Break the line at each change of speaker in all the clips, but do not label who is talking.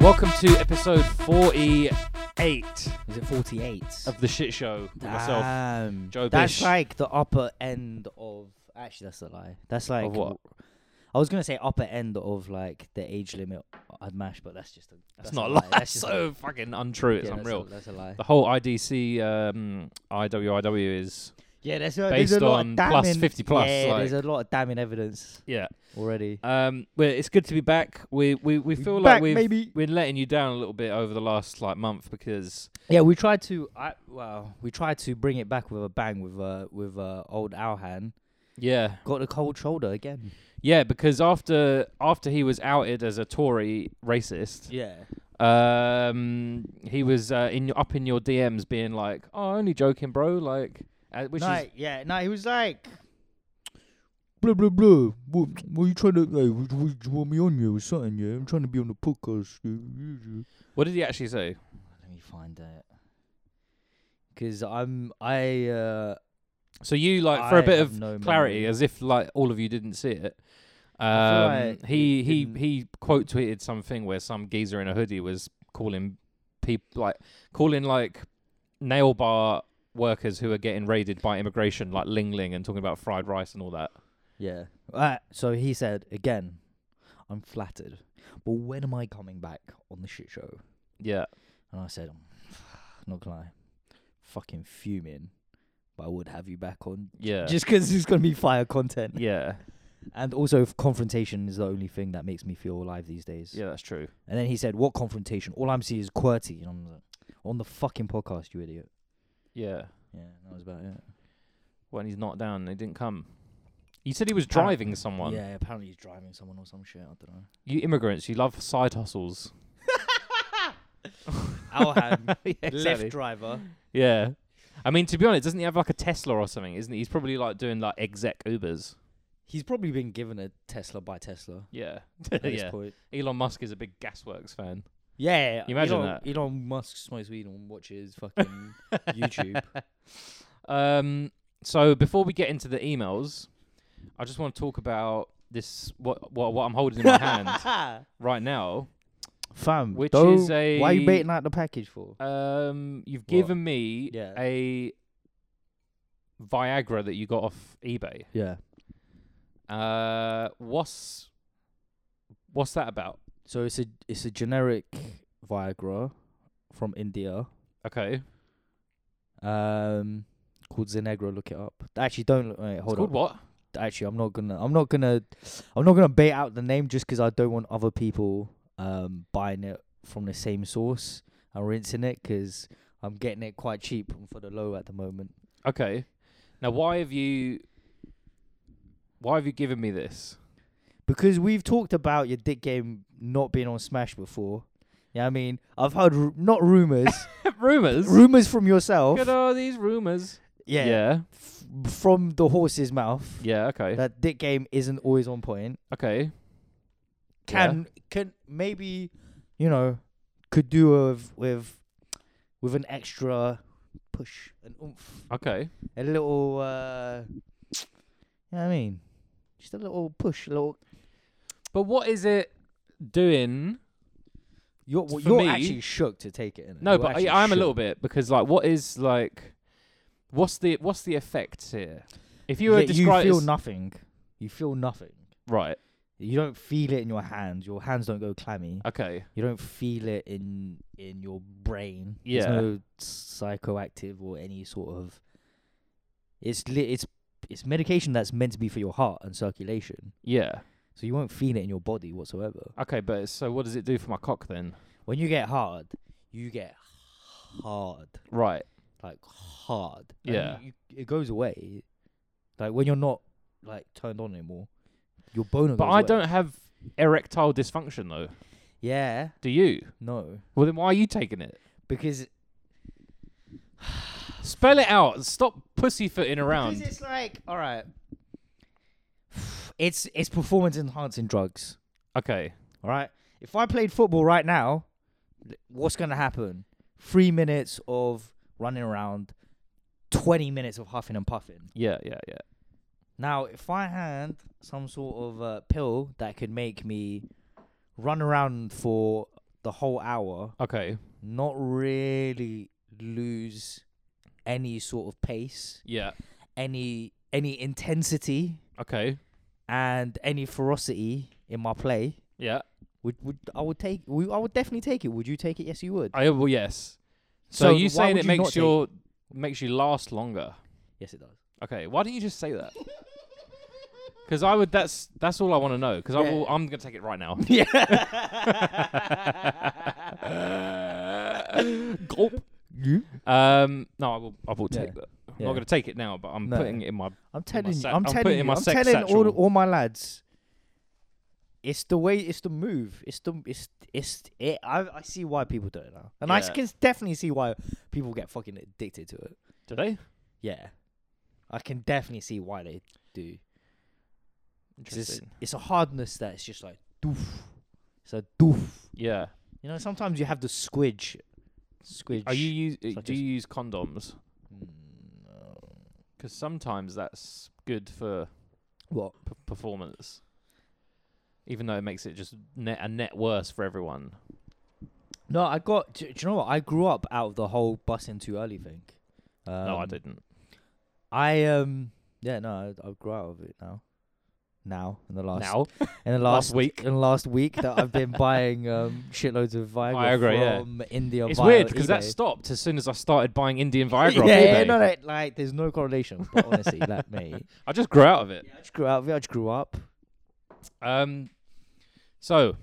Welcome to episode 48
Is it 48?
of The Shit Show with myself,
Damn.
Joe
That's
Bish.
like the upper end of. Actually, that's a lie. That's like.
what?
I was gonna say upper end of like the age limit I'd mash, but that's just a.
That's not a
a
lie. That's
That's just
so fucking untrue.
yeah,
It's
that's
unreal.
A, that's a lie.
The whole IDC um, IWIW is
Yeah, there's a,
Based
there's a lot
on
of
plus
damning-
50 plus,
Yeah,
like-
there's a lot of damning evidence
yeah.
already.
Um, well, it's good to be back. We we, we feel like
Back,
we've
maybe.
we're letting you down a little bit over the last like month because
Yeah, we tried to. I well, we tried to bring it back with a bang with uh with uh old Alhan.
yeah
Got a cold shoulder again.
yeah because after after he was outed as a Tory racist,
Yeah.
um, he was uh, in your- up in your DMs being like, "Oh, only joking, bro," like uh, which
no,
is
yeah, no, he was like, blah blah blah. What, what you trying to like? What, what, you want me on you or something? Yeah, I'm trying to be on the podcast. Let
what did he actually say?
me find it. Cause I'm I uh
So you like for a
I
bit
have
of
no
clarity,
memory.
as if like all of you didn't see it. Um,
I feel like
he
it
he
didn't-
he quote tweeted something where some geezer in a hoodie was calling people like calling like nail bar workers who are getting raided by immigration like Ling Ling and talking about fried rice and all that.
yeah. Alright, so he said again, I'm flattered, but when am I coming back on the shit show?
Yeah,
And I said, "Mm, not gonna lie, fucking fuming, but I would have you back on
yeah,
Just 'cause it's gonna be fire content.
yeah,
And also, if confrontation is the only thing that makes me feel alive these days.
yeah. That's true.
And then he said, "What confrontation? All I'm seeing is QWERTY." And I'm like, "On the fucking podcast, you idiot."
Yeah,
Yeah, that was about it.
when he's not down, he didn't come. You said he was
Apparent-
driving someone.
Yeah, apparently he's driving someone or some shit. I don't know.
You immigrants, you love side hustles.
Alhan,
Yeah, exactly.
driver.
Yeah. I mean, to be honest, doesn't he have like a Tesla or something? Isn't he? He's probably like doing like exec Ubers.
He's probably been given a Tesla by Tesla
Yeah.
at
yeah.
this point.
Elon Musk is a big Gasworks fan.
Yeah, yeah.
You imagine
Elon,
that?
Elon Musk smokes weed and watches fucking YouTube.
Um. So before we get into the emails, I just want to talk about this. What what what I'm holding in my hand right now.
Fam,
Which
don't-
is a-
why you baiting out the package for?
Um. You've
What?
given me
Yeah.
a Viagra that you got off eBay.
Yeah.
Uh. What's what's that about?
So it's a it's a generic Viagra from India,
Okay.
um, called Zenegro. Look it up. Actually, don't look. Wait,
It's
hold
called
on.
what?
Actually, I'm not gonna. I'm not gonna. I'm not gonna bait out the name just 'cause I don't want other people um buying it from the same source and rinsing it 'cause I'm getting it quite cheap and for the low at the moment.
Okay. Now, why have you? Why have you given me this?
Because we've talked about your dick game not being on Smash before. Yeah, I mean, I've heard ru- not rumors,
rumors.
rumors from yourself.
Look at all these rumors.
Yeah,
Yeah.
f- from the horse's mouth
Yeah. Okay.
that Dick Game isn't always on point.
okay.
Can can maybe you know could do with with with an extra push, an oomph,
Yeah. Okay.
a little. uh You know what I mean? Just a little push, a little.
But what is it doing?
You're well,
For
you're
me-
actually shook to take it. innit?
No,
You're
but
actually
I, I'm a
shook.
little bit because like, what is like, what's the what's the effect here? If you were
Yeah, you
described
feel nothing. You feel nothing.
right,
You don't feel it in your hands. Your hands don't go clammy.
okay,
you don't feel it in in your brain.
Yeah.
There's no psychoactive or any sort of. It's li- it's it's medication that's meant to be for your heart and circulation,
yeah,
so you won't feel it in your body whatsoever.
okay. But so, what does it do for my cock then?
When you get hard, you get hard,
Right.
like hard. And
Yeah.
you, you- it goes away. Like when you're not like turned on anymore, your boner.
But
goes
I
away.
don't have erectile dysfunction though.
Yeah.
Do you?
No,
Well, then why are you taking it?
because
Spell it out. Stop pussyfooting around.
Because it's like, all right, it's it's performance enhancing drugs.
Okay.
All right, if I played football right now, th- what's gonna happen? Three minutes of running around, twenty minutes of huffing and puffing.
Yeah, yeah, yeah.
Now, if I had some sort of uh, pill that could make me run around for the whole hour,
Okay.
not really lose any sort of pace,
Yeah.
any any intensity,
Okay.
and any ferocity in my play.
Yeah.
Would would I would take? Would, I would definitely take it. Would you take it? Yes, you would.
I well yes. So,
why
you saying
would
it
you not
makes
take-
your makes you last longer?
Yes, it does.
Okay. Why don't you just say that? Because I would. That's that's all I want to know. Because I
Yeah.
will. I'm gonna take it right now.
Yeah.
Gulp. Um. No, I will. I will
Yeah.
take that. I'm
Yeah.
not gonna take it now, but I'm
No.
putting it in my.
I'm telling you,
sac-
I'm
I'll put
telling
it in
you,
my
I'm
sex
telling all,
satchel.
all my lads. It's the way, it's the move, it's the, it's, it's, it, I, I see why people do it now, and I
Yeah.
can definitely see why people get fucking addicted to it.
Do they?
Yeah, I can definitely see why they do. 'Cause It's,
Interesting.
it's a hardness that it's just like doof, it's a doof.
Yeah.
You know, sometimes you have the squidge, squidge.
Are you use? uh,
It's like
do
a-
you use condoms?
Mm, no.
Because sometimes that's good for
what?
p- performance, even though it makes it just net a net worse for everyone.
No, I got. Do, do you know what? I grew up out of the whole busing too early thing. Um,
no, I didn't.
I um. Yeah, no, I, I grew out of it now. Now, in the last
now
in the
last
last,
week.
in the last week that I've been buying um shitloads of Viagra,
Viagra, yeah.
from India.
it's
via
weird because that
eBay.
stopped as soon as I started buying Indian Viagra.
yeah,
off
yeah,
eBay.
no, no, like there's no correlation. But honestly, like me,
I just grew out of it.
I just grew out. of it, I just grew up.
Um, so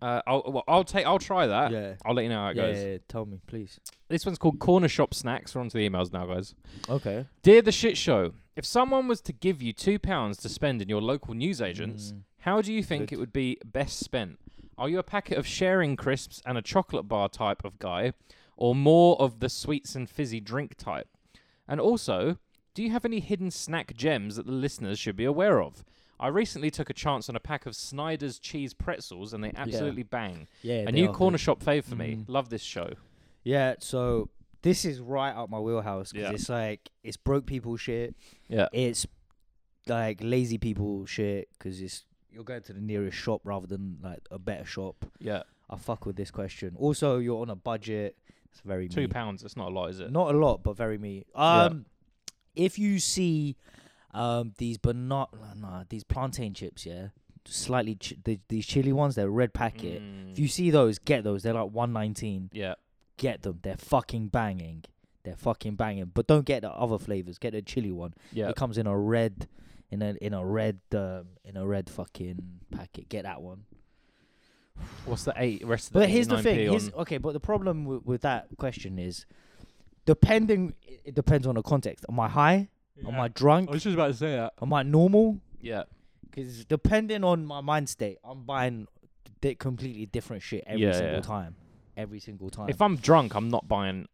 uh, I'll well, I'll take I'll try that.
yeah,
I'll let you know how
yeah,
it goes.
yeah, Tell me, please.
This one's called Corner Shop Snacks. We're onto the emails now, guys.
Okay.
Dear the Shit Show, if someone was to give you two pounds to spend in your local newsagents,
Mm.
how do you think
Good.
it would be best spent? Are you a packet of sharing crisps and a chocolate bar type of guy, or more of the sweets and fizzy drink type? And also, do you have any hidden snack gems that the listeners should be aware of? I recently took a chance on a pack of Snyder's cheese pretzels, and they absolutely bang.
Yeah.
a
they
new
are
corner
good.
shop fave for me.
Mm.
Love this show.
Yeah. So this is right up my wheelhouse because
Yeah.
it's like it's broke people shit.
Yeah.
it's like lazy people shit because it's you're going to the nearest shop rather than like a better shop.
Yeah,
I fuck with this question. Also, you're on a budget. It's very
two
me.
pounds. That's not a lot, is it?
Not a lot, but very me.
Yeah.
Um, if you see um these but not nah, these plantain chips, yeah, slightly ch- the, these chili ones, they're red packet. If
Mm.
you see those, get those. They're like one nineteen.
yeah,
Get them. They're fucking banging. They're fucking banging. But don't get the other flavors. Get the chili one.
yeah.
It comes in a red, in a in a red um, in a red fucking packet. Get that one.
What's the eight rest of the
But here's the
89p
thing. Here's,
on-
okay, but the problem with, with that question is, depending, it- it depends on the context. Am I high? Am I drunk?
was just about to say that.
Am I normal?
Yeah.
Because depending on my mind state, I'm buying di- completely different shit every
Yeah,
single
yeah.
time. Every single time.
If I'm drunk, I'm not buying.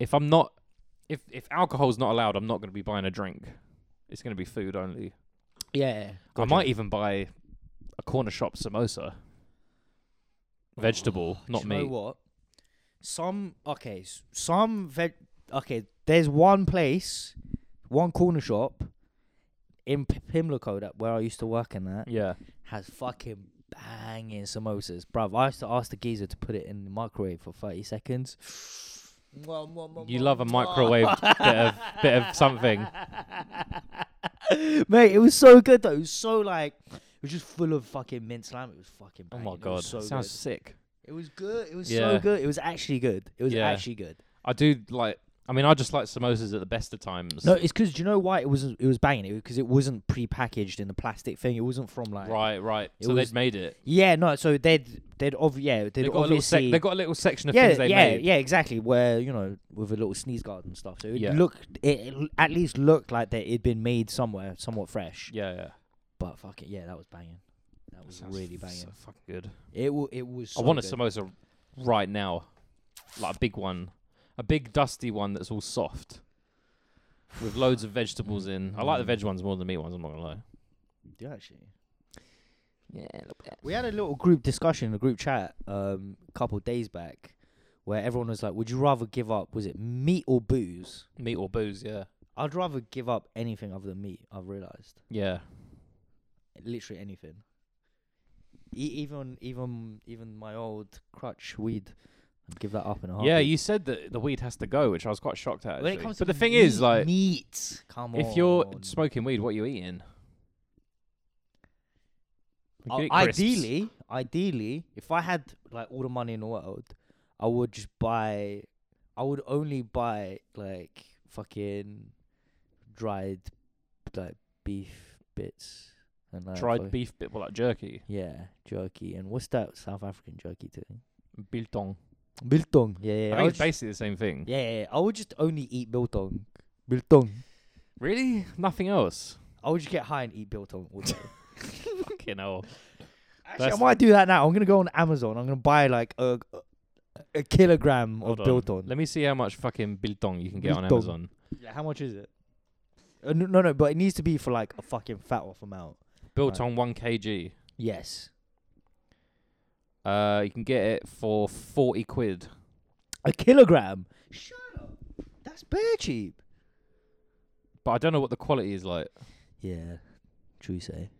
If I'm not, if if alcohol's not allowed, I'm not going to be buying a drink. It's going to be food only.
yeah,
I might even buy a corner shop samosa. Vegetable, not
Oh, Do you know
meat.
what? Some okay, s- some veg. Okay, there's one place, one corner shop in P- Pimlico that where I used to work in that
Yeah.
has fucking banging samosas, bruv. I used to ask the geezer to put it in the microwave for thirty seconds. Mwah, mwah, mwah,
You
mwah,
love a
mwah.
microwaved bit of bit of something.
Mate, it was so good though. It was so like it was just full of fucking mint slime. It was fucking.
Oh
Banging.
my
It was
god,
so
sounds
good.
sick.
It was good. It was
Yeah.
so good. It was actually good. It was
Yeah.
actually good.
I do like. I mean, I just like samosas at the best of times.
No, it's because do you know why it was it was banging? It because it wasn't prepackaged in the plastic thing. It wasn't from like
right, right.
It
So
was-
they'd made it.
Yeah, no. So they'd they'd ov- yeah they'd
They got a little.
obviously
Sec- they got a little section of
yeah
things they
yeah
made.
yeah exactly where you know with a little sneeze guard and stuff. So it
Yeah.
looked it, it at least looked like that it'd been made somewhere somewhat fresh.
Yeah, yeah.
But fuck it, yeah, that was banging. That was
Sounds
really
f-
banging.
So fucking good.
It w- it was. So
I want a
good.
samosa right now, like a big one, a big dusty one that's all soft, with loads of vegetables in. I like the
Mm.
veg ones more than the meat ones. I'm not gonna lie.
Yeah, actually.
Yeah, a little bit.
We had a little group discussion, a group chat, um, a couple of days back, where everyone was like, "Would you rather give up? Was it meat or booze?"
Meat or booze? Yeah,
I'd rather give up anything other than meat. I've realized,
yeah.
literally anything. E- even even even my old crutch weed, I'd give that up in a heartbeat.
Yeah, you said that the weed has to go, which I was quite shocked at.
When it
actually.
comes to
but the thing is,
meat-
like,
meat. Come on.
if you're smoking weed, what are you eating? You
Uh,
could eat crisps.
ideally, ideally, if I had like all the money in the world, I would just buy. I would only buy like fucking dried, like beef bits and like
dried
fuck-
beef bit, well, like jerky,
Yeah, jerky. And what's that South African jerky thing?
biltong.
Biltong. Yeah, yeah.
I
I
think
would
it's
just-
basically the same thing.
yeah, yeah, yeah. I would just only eat biltong. Biltong.
Really? Nothing else.
I would just get high and eat biltong all day.
Fucking hell.
Actually,
That's-
I might do that now. I'm gonna go on Amazon. I'm gonna buy like a a kilogram of
Hold on.
biltong.
Let me see how much fucking biltong you can get on
Biltong.
Amazon.
Yeah, how much is it? Uh, no, no, no, but it needs to be for like a fucking fat off amount.
Biltong 1 kg.
Yes.
Uh, you can get it for 40 quid.
A kilogram? Shut up. That's bare cheap.
But I don't know what the quality is like.
Yeah, true you say.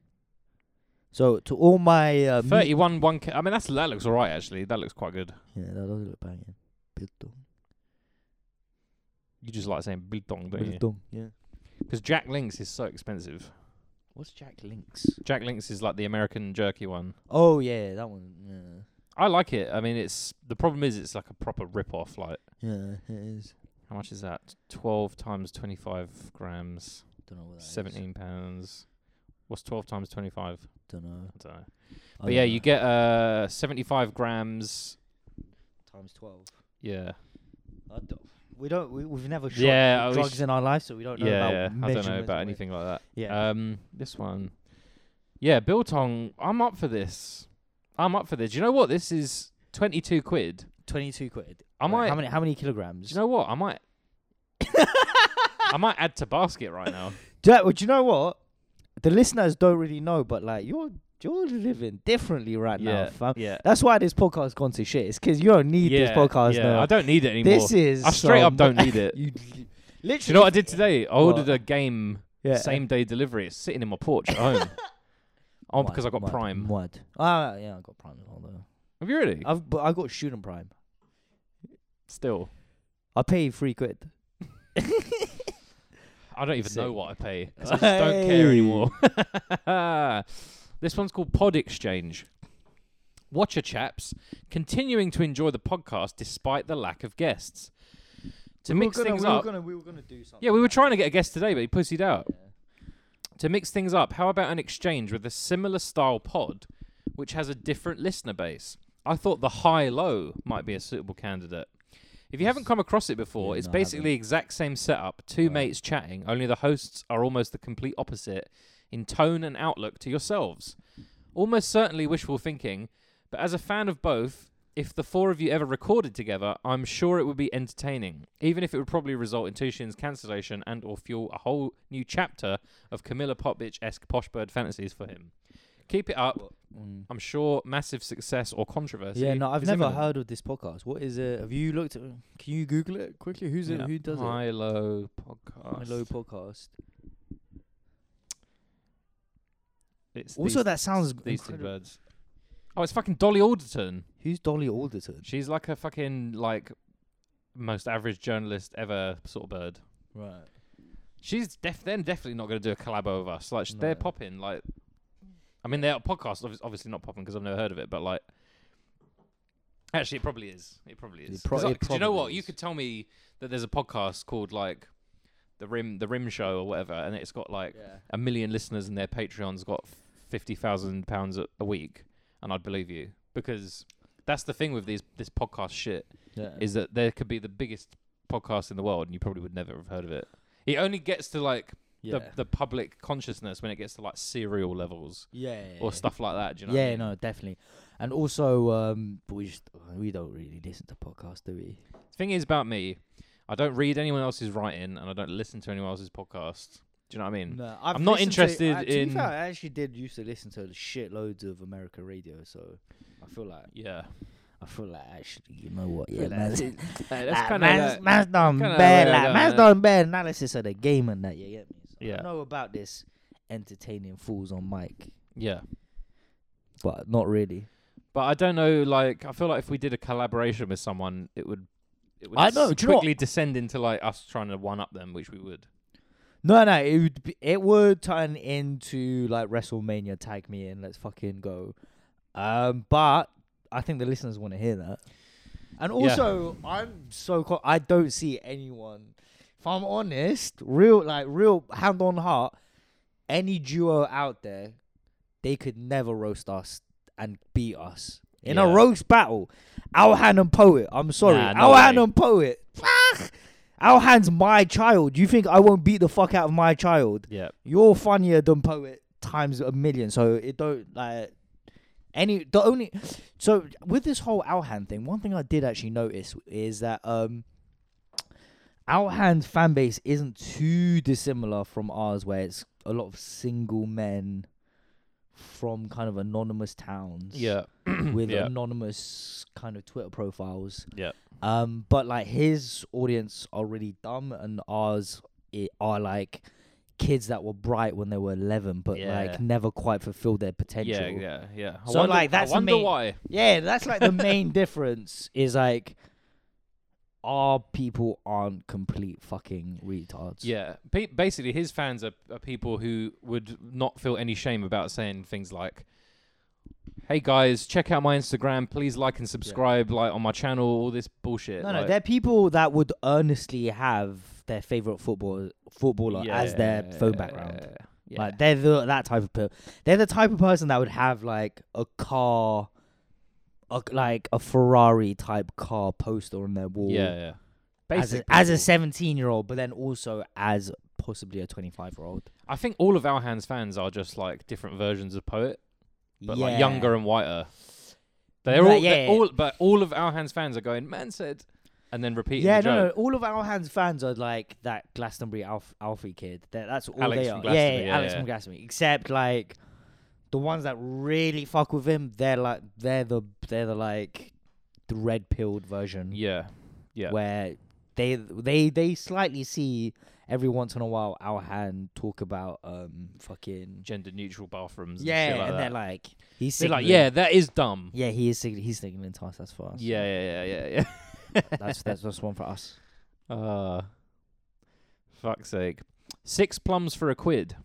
So, to all my. Uh, meat-
31 1 k. I mean, that's that looks all right, actually. That looks quite good.
Yeah, that does look banging. Biltong.
You just like saying biltong, don't you?
Biltong, yeah.
Because Jack Links is so expensive.
What's Jack Links?
Jack Links is like the American jerky one.
Oh, yeah, that one.
I like it. I mean, it's the problem is it's like a proper rip off. Like,
Yeah. Yeah, it is.
how much is that? 12 times 25 grams,
Don't know what that is.
17 pounds. What's 12 times 25?
Don't know.
I don't know. But Oh, yeah, you get uh 75 grams.
Times 12.
Yeah.
I don't, we don't. We, we've never shot
Yeah, I
yeah,
wish-
drugs in our life, so we don't know about
Yeah, yeah. I don't know
measurements
about
and-
anything like that.
Yeah.
Um, this one. Yeah, biltong. I'm up for this. I'm up for this. Do you know what? This is 22 quid.
22 quid.
I
Wait,
might.
How many, how many
do
kilograms?
you know what? I might. I might add to basket right now.
Do, you- well, do you know what? The listeners don't really know, but like you're you're living differently right now, fam.
yeah.
That's why this podcast's gone to shit. It's because you don't need this podcast
yeah.
now.
I don't need it anymore.
this is
I straight up
some-
don't need it.
you literally.
Do you know what I did today? I
What?
ordered a game
Yeah.
same day delivery. It's sitting in my porch at home. oh, because I got
Mud,
Prime.
Mud. Ah, yeah, I got prime as well though.
Have you really?
I've but I got student prime.
Still,
I pay three quid.
I don't even know
Sick.
what I pay. 'cause I just don't care
Hey.
anymore. this one's called Pod Exchange. Watcher chaps, continuing to enjoy the podcast despite the lack of guests. To mix things up,
gonna, we were gonna do something.
yeah, we were trying to get a guest today, but he pussied out. To mix things up, how about an exchange with a similar style pod, which has a different listener base? I thought the high low might be a suitable candidate. If you haven't come across it before,
Yeah,
it's
no, I haven't.
basically exact same setup, two
Right.
mates chatting, only the hosts are almost the complete opposite in tone and outlook to yourselves. Almost certainly wishful thinking, but as a fan of both, if the four of you ever recorded together, I'm sure it would be entertaining, even if it would probably result in Tushin's cancellation and or fuel a whole new chapter of Camilla Popbitch-esque posh bird fantasies for him. Keep it up.
Mm.
I'm sure massive success or controversy.
Yeah, no,
uh,
I've
is
never
imminent.
heard of this podcast. What is it? Have you looked? At, can you Google it quickly? Who's it?
Yeah.
Who does it?
High low podcast.
Milo podcast.
It's
Also,
these-
that sounds
these two
incredible.
birds. Oh, it's fucking Dolly Alderton.
Who's Dolly Alderton?
She's like a fucking like most average journalist ever sort of bird.
Right.
She's def then definitely not going to do a collabo with us. Like sh they're
No.
popping. Like, I mean, their podcast obvi- obviously not popping because I've never heard of it. But like, actually, it probably is. It probably
It
is.
pro-
'Cause I-
it
'cause you know
probably
what? You
is.
could tell me that there's a podcast called like the Rim the Rim Show or whatever, and it's got like
Yeah.
a million listeners and their Patreon's got fifty thousand pounds a a week, and I'd believe you because that's the thing with these this podcast shit
Yeah.
is that there could be the biggest podcast in the world and you probably would never have heard of it. It only gets to like
yeah.
the, the public consciousness when it gets to like serial levels
yeah.
or stuff like that. Do you know?
yeah,
what I mean?
no, definitely. And also, um, we just we don't really listen to podcasts, do we?
The thing is about me, I don't read anyone else's writing and I don't listen to anyone else's podcast. Do you know what I mean?
No,
I've I'm not listened to- interested uh, to be in-
To
fair,
I actually did used to listen to shitloads of America radio, so I feel like
Yeah,
I feel like actually, you know what?
Feel
Yeah,
like
man,
it's-
like,
that's kind
man's,
of
man's done
kinda
bad,
like
like,
that,
man's
innit?
done bad analysis of the game and that. You get me? So
Yeah.
I know about this entertaining fools on mic.
yeah.
but not really.
But I don't know. Like, I feel like if we did a collaboration with someone, it would. It would
I know,
s-
do you know
quickly descend into like us trying to one up them, which we would.
No, no, it would be, it would turn into like WrestleMania. Tag me in, let's fucking go. Um, but I think the listeners want to hear that. And
Yeah.
also, I'm so co- I don't see anyone. If I'm honest, real like real hand on heart, any duo out there, they could never roast us and beat us in a
Yeah.
roast battle. Our hand and poet. I'm sorry,
Nah,
our
no
hand
way.
and poet. Fuck. Our hand's my child. You think I won't beat the fuck out of my child?
Yeah.
You're funnier than poet times a million. So it don't like any the only. So with this whole Alhan thing, one thing I did actually notice is that um, Alhan's fan base isn't too dissimilar from ours, where it's a lot of single men from kind of anonymous towns
Yeah.
with
Yeah.
anonymous kind of Twitter profiles.
Yep.
Um, but like his audience are really dumb, and ours i are like kids that were bright when they were eleven, but
Yeah.
like never quite fulfilled their potential.
Yeah. Yeah. Yeah. I
So,
wonder,
like, that's
I wonder
me.
why.
Yeah, that's like the main difference is like our people aren't complete fucking retards.
Yeah, ba- basically, his fans are, are people who would not feel any shame about saying things like, "Hey guys, check out my Instagram. Please like and subscribe, like on my channel. All this bullshit."
No, no,
like-
they're people that would earnestly have their favorite football footballer as their phone background.
Yeah.
Like they're the that type of per- they're the type of person that would have like a car, a, like a Ferrari type car poster on their wall.
yeah, yeah.
as a,
Basic
as a
people.
seventeen year old, but then also as possibly a twenty five year old.
I think all of our hands fans are just like different versions of poet, but like younger and whiter. They're
Right,
all,
yeah,
they're
yeah.
all, but all of our hands fans are going. Man said, and then repeating
Yeah,
the
no, no,
joke.
all of our hands fans are like that Glastonbury Alf- Alfie kid. That that's all
Alex
they
from
are.
Glastonbury,
yeah,
yeah,
Alex
yeah.
from Glastonbury. Except like the ones that really fuck with him, they're like they're the they're the like the red pilled version.
Yeah, yeah.
where they they they slightly see every once in a while our hand talk about um fucking
Gender neutral bathrooms. And
yeah,
shit like
and
that.
they're like he's
They're like,
signaling-
yeah, that is dumb.
yeah he is sig- he's signaling to us that's for us
Yeah, yeah, yeah, yeah,
that's that's just one for us
yeah. uh, fuck's sake. Six plums for a quid.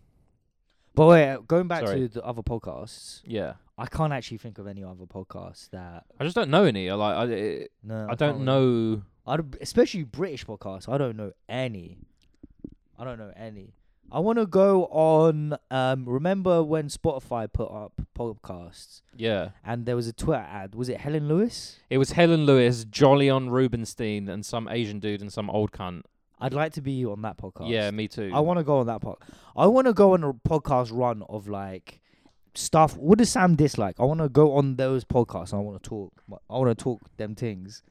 but wait going back
Sorry.
to the other podcasts
Yeah.
I can't actually think of any other podcasts that
I just don't know any. I like I it,
no
I
can't
don't
really-
know
I don't, especially British podcasts I don't know any I don't know any I want to go on um remember when Spotify put up podcasts
yeah.
and there was a Twitter ad. Was it Helen Lewis?
It was Helen Lewis, Jolyon Rubinstein and some Asian dude and some old cunt.
I'd like to be on that podcast.
Yeah, me too.
I want to go on that pod. I want to go on a podcast run of like stuff. What does Sam dislike? I want to go on those podcasts. And I want to talk. my- I want to talk them things.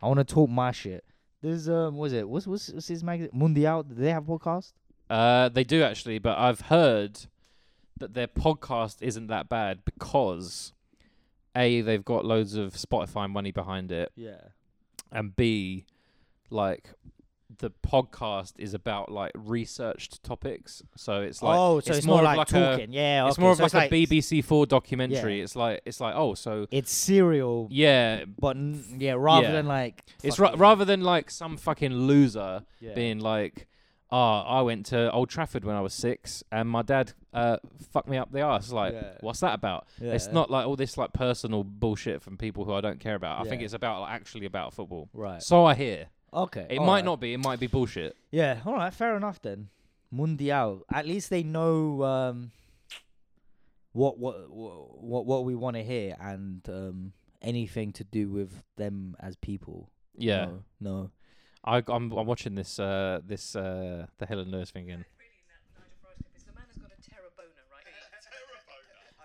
I want to talk my shit. There's um, what was it what's what's, what's his magazine Mundial? Do they have podcast?
uh they do actually, but I've heard that their podcast isn't that bad because A, they've got loads of Spotify money behind it.
Yeah.
and B, like the podcast is about like researched topics. So it's like
oh, so it's, more
of
like,
a-
talking. yeah,
it's
okay,
more of
so
like, a BBC Four documentary.
Yeah.
It's like it's like oh, so
It's serial,
yeah,
but n- yeah, rather
Yeah.
than like
it's ra-
fucking-
rather than like some fucking loser
yeah.
being like. Ah, I went to Old Trafford when I was six, and my dad uh, fucked me up the arse. Like,
Yeah.
what's that about? It's
Yeah.
not like all this like personal bullshit from people who I don't care about. I think
Yeah.
it's about like, actually about football.
right.
So I hear.
Okay,
It
all
might
right.
not be. It might be bullshit.
Yeah, all right, fair enough then. Mundial. At least they know um, what what what what we want to hear and um, anything to do with them as people.
Yeah,
No. no.
I, I'm, I'm watching this uh, this uh, the Helen Lewis thing again.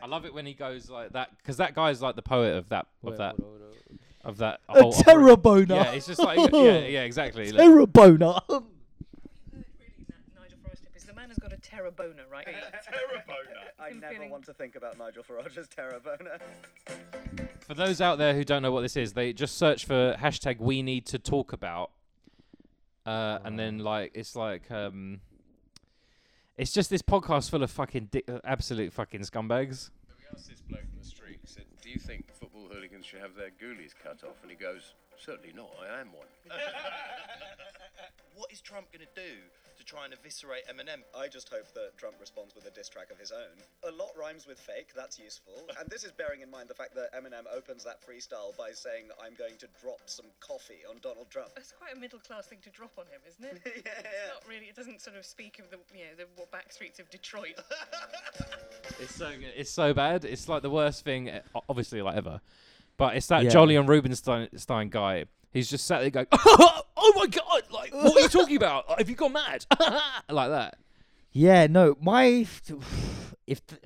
I love it when he goes like that because that guy's like the poet of that of that Oh, of that.
A
whole opera.
terror boner.
Yeah, it's just like yeah, yeah, exactly. like-
Terror boner.
The man has got a terra boner, right?
I
Him
never
feeling-
want to think about Nigel Farage's terror boner.
for those out there who don't know what this is, they just search for hashtag We Need to Talk About, uh, and then like it's like um, it's just this podcast full of fucking di- uh, absolute fucking scumbags.
asked this bloke in the street, he said, Do you think football hooligans should have their ghoulies cut off? And he goes, Certainly not, I am one.
What is Trump going to do to try and eviscerate Eminem?
I just hope that Trump responds with a diss track of his own. A lot rhymes with fake, that's useful. And this is bearing in mind the fact that Eminem opens that freestyle by saying, I'm going to drop some coffee on Donald Trump.
That's quite a middle class thing to drop on him, isn't it?
Yeah, yeah.
It's not really. It doesn't sort of speak of the you know the what back streets of Detroit.
It's so good. It's so bad. It's like the worst thing, eh, o- obviously, like ever. But it's that
Yeah.
Jolly and Rubenstein Stein guy. He's just sat there going, "Oh my god! Like, what are you talking about? Have you gone mad?" like that.
Yeah, no, my if th-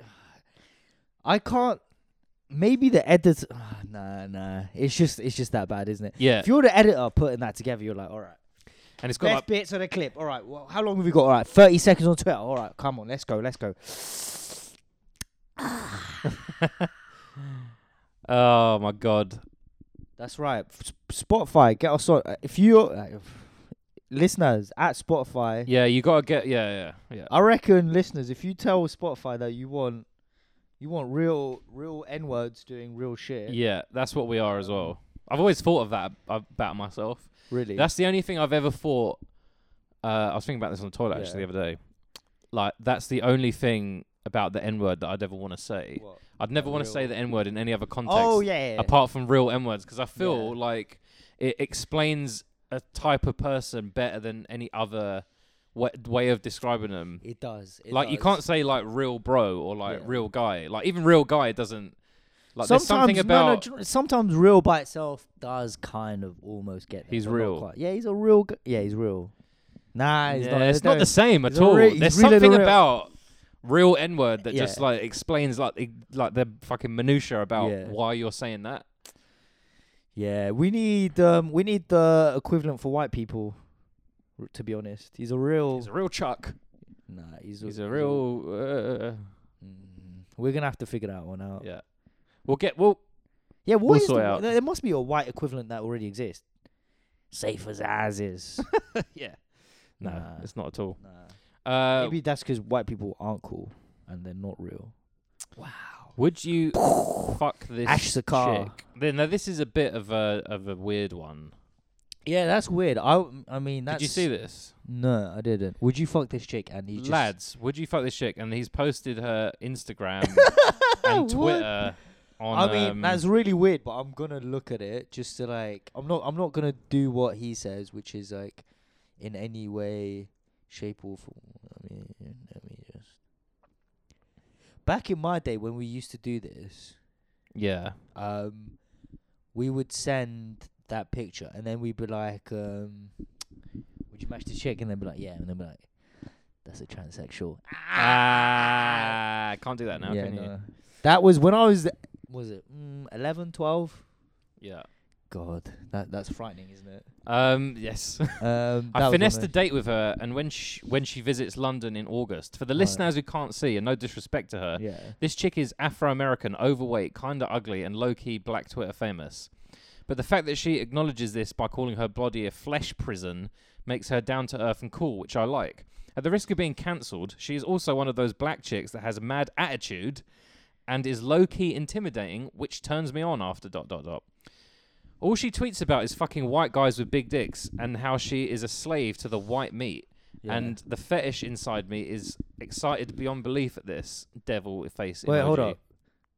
I can't. Maybe the editor. nah, nah. It's just it's just that bad, isn't it?
Yeah.
If you're the editor putting that together, you're like, all right.
And it's got
Best
like,
bits of the clip. All right. Well, how long have we got? All right, thirty seconds on Twitter. All right, come on, let's go, let's go.
oh my god.
That's right. F- Spotify, get us on. If you uh, listeners at Spotify,
Yeah, you gotta get. Yeah, yeah, yeah.
I reckon listeners, if you tell Spotify that you want you want real real n words doing real shit,
Yeah, that's what we are as well. I've always thought of that ab- about myself.
really.
That's the only thing I've ever thought. Uh, I was thinking about this on the toilet actually
Yeah.
the other day. Like that's the only thing about the N word that I'd ever want to say.
What?
I'd never
Like
want to
real-
say the N word in any other context.
oh yeah. yeah.
Apart from real N words, because I feel
Yeah.
like it explains a type of person better than any other wa way of describing them.
It does. It
like you
does.
can't say like real bro or like
Yeah.
real guy. Like even real guy doesn't. Like
sometimes,
there's something
no,
about.
no, do you know- sometimes real by itself does kind of almost get. There,
He's
but not
real.
quite. Yeah, he's a real. G- yeah, he's real. Nah, he's
Yeah,
not.
it's not the same
he's
at
a
all.
re- he's
There's
really the
something
real-
about real N word that
Yeah.
just like explains like the- like the fucking minutia about
Yeah.
why you're saying that.
Yeah, we need um we need the equivalent for white people. r- To be honest, he's a real.
He's a real chuck.
nah, he's a,
He's a real.
Mm, we're gonna have to figure that one
Uh,
out. Yeah,
yeah. We'll get. Well, We'll
what is
sort it
the,
out.
There there must be a white equivalent that already exists. Safe as as is.
yeah. No,
Nah.
it's not at all.
nah.
Uh,
Maybe that's because white people aren't cool and they're not real.
Would you fuck this
Ash the car.
chick? Th- Now this is a bit of a of a weird one.
Yeah, that's weird. I w- I mean, that's
Did you see this,
No, I didn't. Would you fuck this chick? And he just
lads? Would you fuck this chick? And he's posted her Instagram and
What?
Twitter. On,
I mean,
um,
that's really weird, but I'm gonna look at it just to like. I'm not. I'm not gonna do what he says, which is like, in any way, shape or form. I mean, let me just. Back in my day, when we used to do this,
yeah.
um, we would send that picture, and then we'd be like, um, "Would you match the chick?" And then be like, "Yeah," and then be like, "That's a transsexual."
Ah, can't do that now,
yeah,
can you?
no. that was when I was. Was it mm, 11, 12?
Yeah.
God, that that's frightening, isn't it?
Um. Yes.
Um,
I finessed a date with her, and when she when she visits London in August, for the
Right.
listeners who can't see, and no disrespect to her,
Yeah.
this chick is Afro-American, overweight, kinda ugly, and low-key Black Twitter famous. But the fact that she acknowledges this by calling her body a flesh prison makes her down to earth and cool, which I like. At the risk of being cancelled, she is also one of those black chicks that has a mad attitude and is low key intimidating, which turns me on after dot dot dot. All she tweets about is fucking white guys with big dicks and how she is a slave to the white meat.
Yeah.
And the fetish inside me is excited beyond belief at this devil face.
Wait, hold
emoji.
up.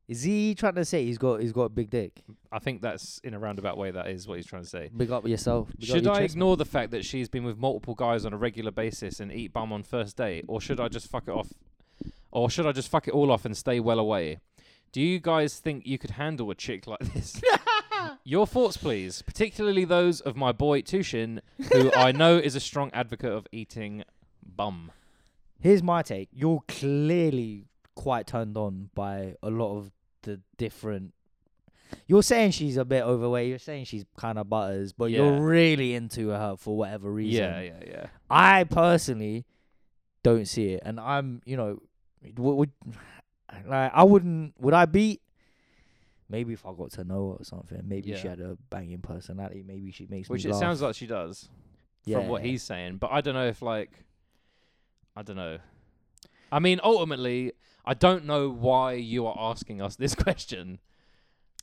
Is he trying to say he's got he's got a big dick?
I think that's in a roundabout way. That is what he's trying to say.
Big up yourself. Big up
Should
your
I
chest.
ignore the fact that she's been with multiple guys on a regular basis and eat bum on first date, or should I just fuck it off? Or should I just fuck it all off and stay well away? Do you guys think you could handle a chick like this? Your thoughts, please, particularly those of my boy Tushin, who I know is a strong advocate of eating bum.
Here's my take. You're clearly quite turned on by a lot of the different. You're saying she's a bit overweight. You're saying she's kind of butters, but
Yeah.
you're really into her for whatever reason.
Yeah, yeah, yeah.
I personally don't see it, and I'm you know would, would like I wouldn't would I be maybe if I got to know her or something maybe she
Yeah.
had a banging personality maybe she makes
Which
me
it
laugh.
sounds like she does from what
Yeah.
he's saying, but I don't know if like, I don't know. I mean, ultimately, I don't know why you are asking us this question.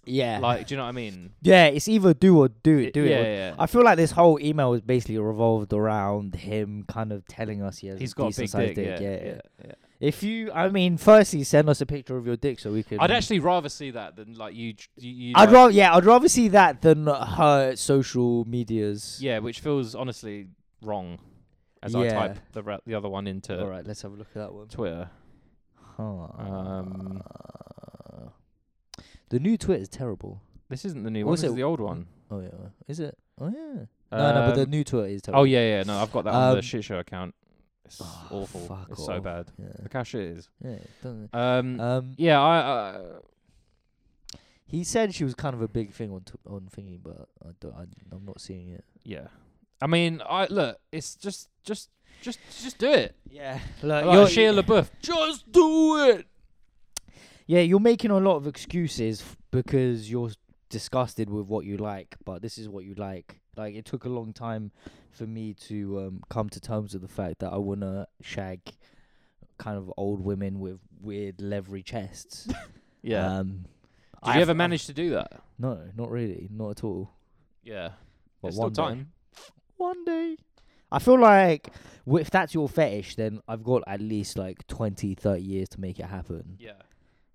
Yeah.
Like, do you know what I mean?
yeah, it's either do or do it,
It-
do
yeah,
it. or-
yeah.
I feel like this whole email was basically revolved around him kind of telling us he has
He's
a
got a big
decent sized
dick. Yeah, yeah,
yeah,
yeah.
If you, I mean, firstly, send us a picture of your dick so we could.
I'd actually rather see that than like you. tr- you, you
I'd
like-
rather, yeah, I'd rather see that than her social medias.
Yeah, which feels honestly wrong. As I
Yeah.
type the ra- the other one into
All right, let's have a look at that one.
Twitter.
Huh.
Um,
the new Twitter is terrible.
This isn't the new
What
one.
was
This is
it?
the old one.
Oh yeah, is it? Oh yeah. No, no, but the
Um,
new Twitter is terrible.
Oh yeah, yeah. No, I've got that on the
Um,
shit show account. It's
Oh,
awful.
fuck
it's so
off.
bad.
yeah,
Look how shit it is.
yeah. don't-
Um,
Um,
yeah, I. Uh,
he said she was kind of a big thing on tw on thingy, but I don't, I, I'm not seeing it.
yeah. I mean, I look. It's just, just, just, just do it.
Yeah, like,
Like
Uh, you're-
Shia LaBeouf. Just do it.
Yeah, you're making a lot of excuses f- because you're s- disgusted with what you like, but this is what you like. Like it took a long time for me to um, come to terms with the fact that I wanna shag kind of old women with weird leathery chests.
Yeah.
Um,
Did you ever manage to do that?
No, not really, not at all.
Yeah.
But
There's still
one day.
time.
One day. I feel like w- if that's your fetish, then I've got at least like 20, 30 years to make it happen.
Yeah.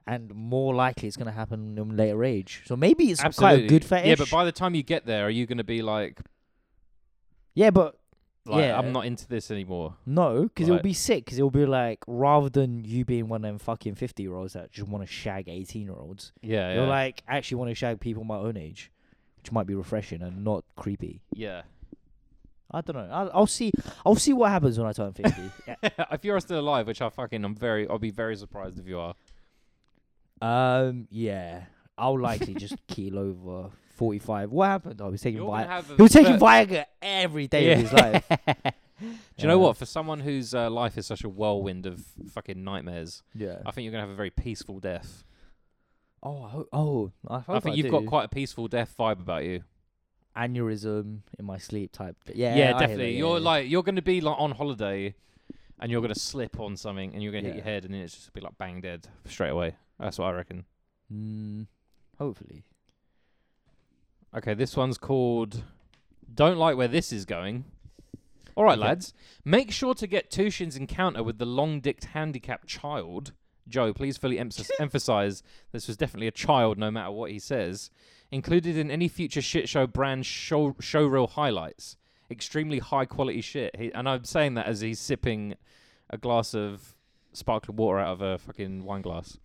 And more likely it's going to happen in later age. So maybe it's quite
Absolutely.
a good fetish.
Yeah, but by the time you get there, are you going to be like,
Yeah, but
like
Yeah.
I'm not into this anymore?
no, because it'll
Right.
be sick. Because it'll be like rather than you being one of them fucking fifty year olds that just want to shag eighteen year olds,
Yeah.
you're
yeah.
like I actually want to shag people my own age, which might be refreshing and not creepy.
yeah.
I don't know. I'll, I'll see. I'll see what happens when I turn fifty. Yeah.
if you're still alive, which I fucking, I'm very, I'll be very surprised if you are.
um. Yeah. I'll likely just keel over forty five. What happened? I was taking
You're gonna
Viagra.
have a
He was taking
ver-
Viagra every day of
Yeah.
his life.
Do you know what? For someone whose uh, life is such a whirlwind of fucking nightmares,
Yeah.
I think you're gonna have a very peaceful death.
Oh. I ho- oh. I, hope
I think you've got
do.
quite a peaceful death vibe about you.
aneurysm in my sleep type. Yeah. I hear that,
definitely.
yeah,
you're
yeah.
like you're gonna be like on holiday, and you're gonna slip on something, and you're gonna hit your
Yeah.
head, and then it's just be like bang dead straight away. That's what I reckon.
Mm, hopefully.
Okay, this one's called Don't Like Where This Is Going. All right,
Okay.
lads. Make sure to get Tushin's encounter with the long dicked handicapped child. Joe, please fully emphasis emphasize this was definitely a child, no matter what he says. Included in any future shit show brand show showreel highlights. Extremely high quality shit. He, and I'm saying that as he's sipping a glass of sparkling water out of a fucking wine glass.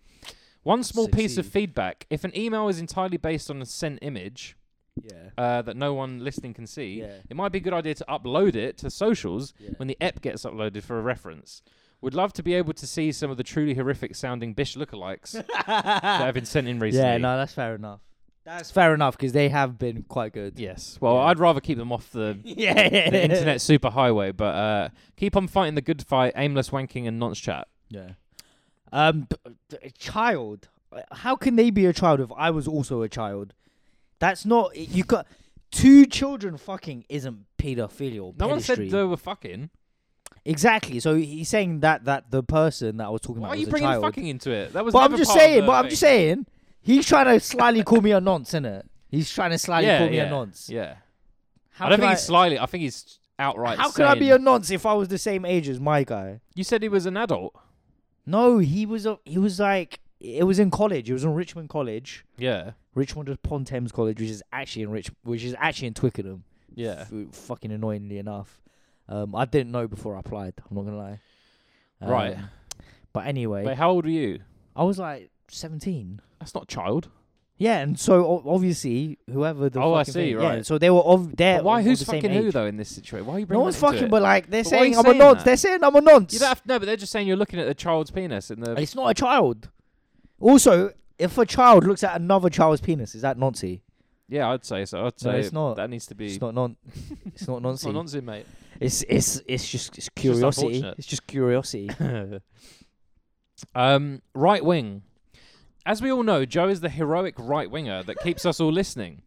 One small piece of
Succeed.
feedback: if an email is entirely based on a sent image,
Yeah.
uh, that no one listening can see,
Yeah.
it might be a good idea to upload it to socials
Yeah.
when the ep gets uploaded for a reference. Would love to be able to see some of the truly horrific sounding bish lookalikes that have been sent in recently.
Yeah, no, that's fair enough. That's fair enough because they have been quite good.
Yes. Well, I'd rather keep them off the,
yeah, yeah.
the internet superhighway, but uh, keep on fighting the good fight, aimless wanking and nonce chat.
Yeah. Um, b- b- a child. Uh, How can they be a child if I was also a child? That's not you got two children. Fucking isn't pedophilia. Or
No one
pedestry.
said they were fucking.
exactly. So he's saying that that the person that I was talking
Why
about
are you
was a
bringing
child.
fucking into it? That was.
but I'm
never
just
part of
saying.
the
But I'm
thing.
just saying. He's trying to slyly call me a nonce, innit? He's trying to slyly
Yeah,
call me
yeah,
a nonce.
Yeah.
How
I don't
can
think he's slyly. I think he's outright.
How could I be a
saying-
nonce if I was the same age as my guy?
You said he was an adult.
No, he was a he was like it was in college. It was in Richmond College,
Yeah.
Richmond upon Thames College, which is actually in Rich, which is actually in Twickenham.
Yeah.
F- fucking annoyingly enough, um, I didn't know before I applied. I'm not gonna lie.
Right.
Um, But anyway,
Wait, how old are you?
I was like 17.
That's not child.
Yeah, and so o- obviously whoever the
Oh, I
fucking
see,
thing- Yeah,
right.
so they were of there.
But why? Who's
the same
fucking who
age.
though in this situation? Why are you
No
bringing?
one's
them into
fucking.
it?
But like they're
But why are you
saying I'm a
saying
nonce.
that?
They're saying I'm a nonce.
You don't have, no, but they're just saying you're looking at the child's penis in the.
It's not a child. Also, if a child looks at another child's penis, is that nancy?
Yeah, I'd say so. I'd say
No, it's not.
That needs to be.
It's not non. It's not
it's not
nancy.
nonsense, mate.
It's it's it's just it's
just
curiosity.
unfortunate.
it's just curiosity.
um, right wing. As we all know, Joe is the heroic right winger that keeps us all listening.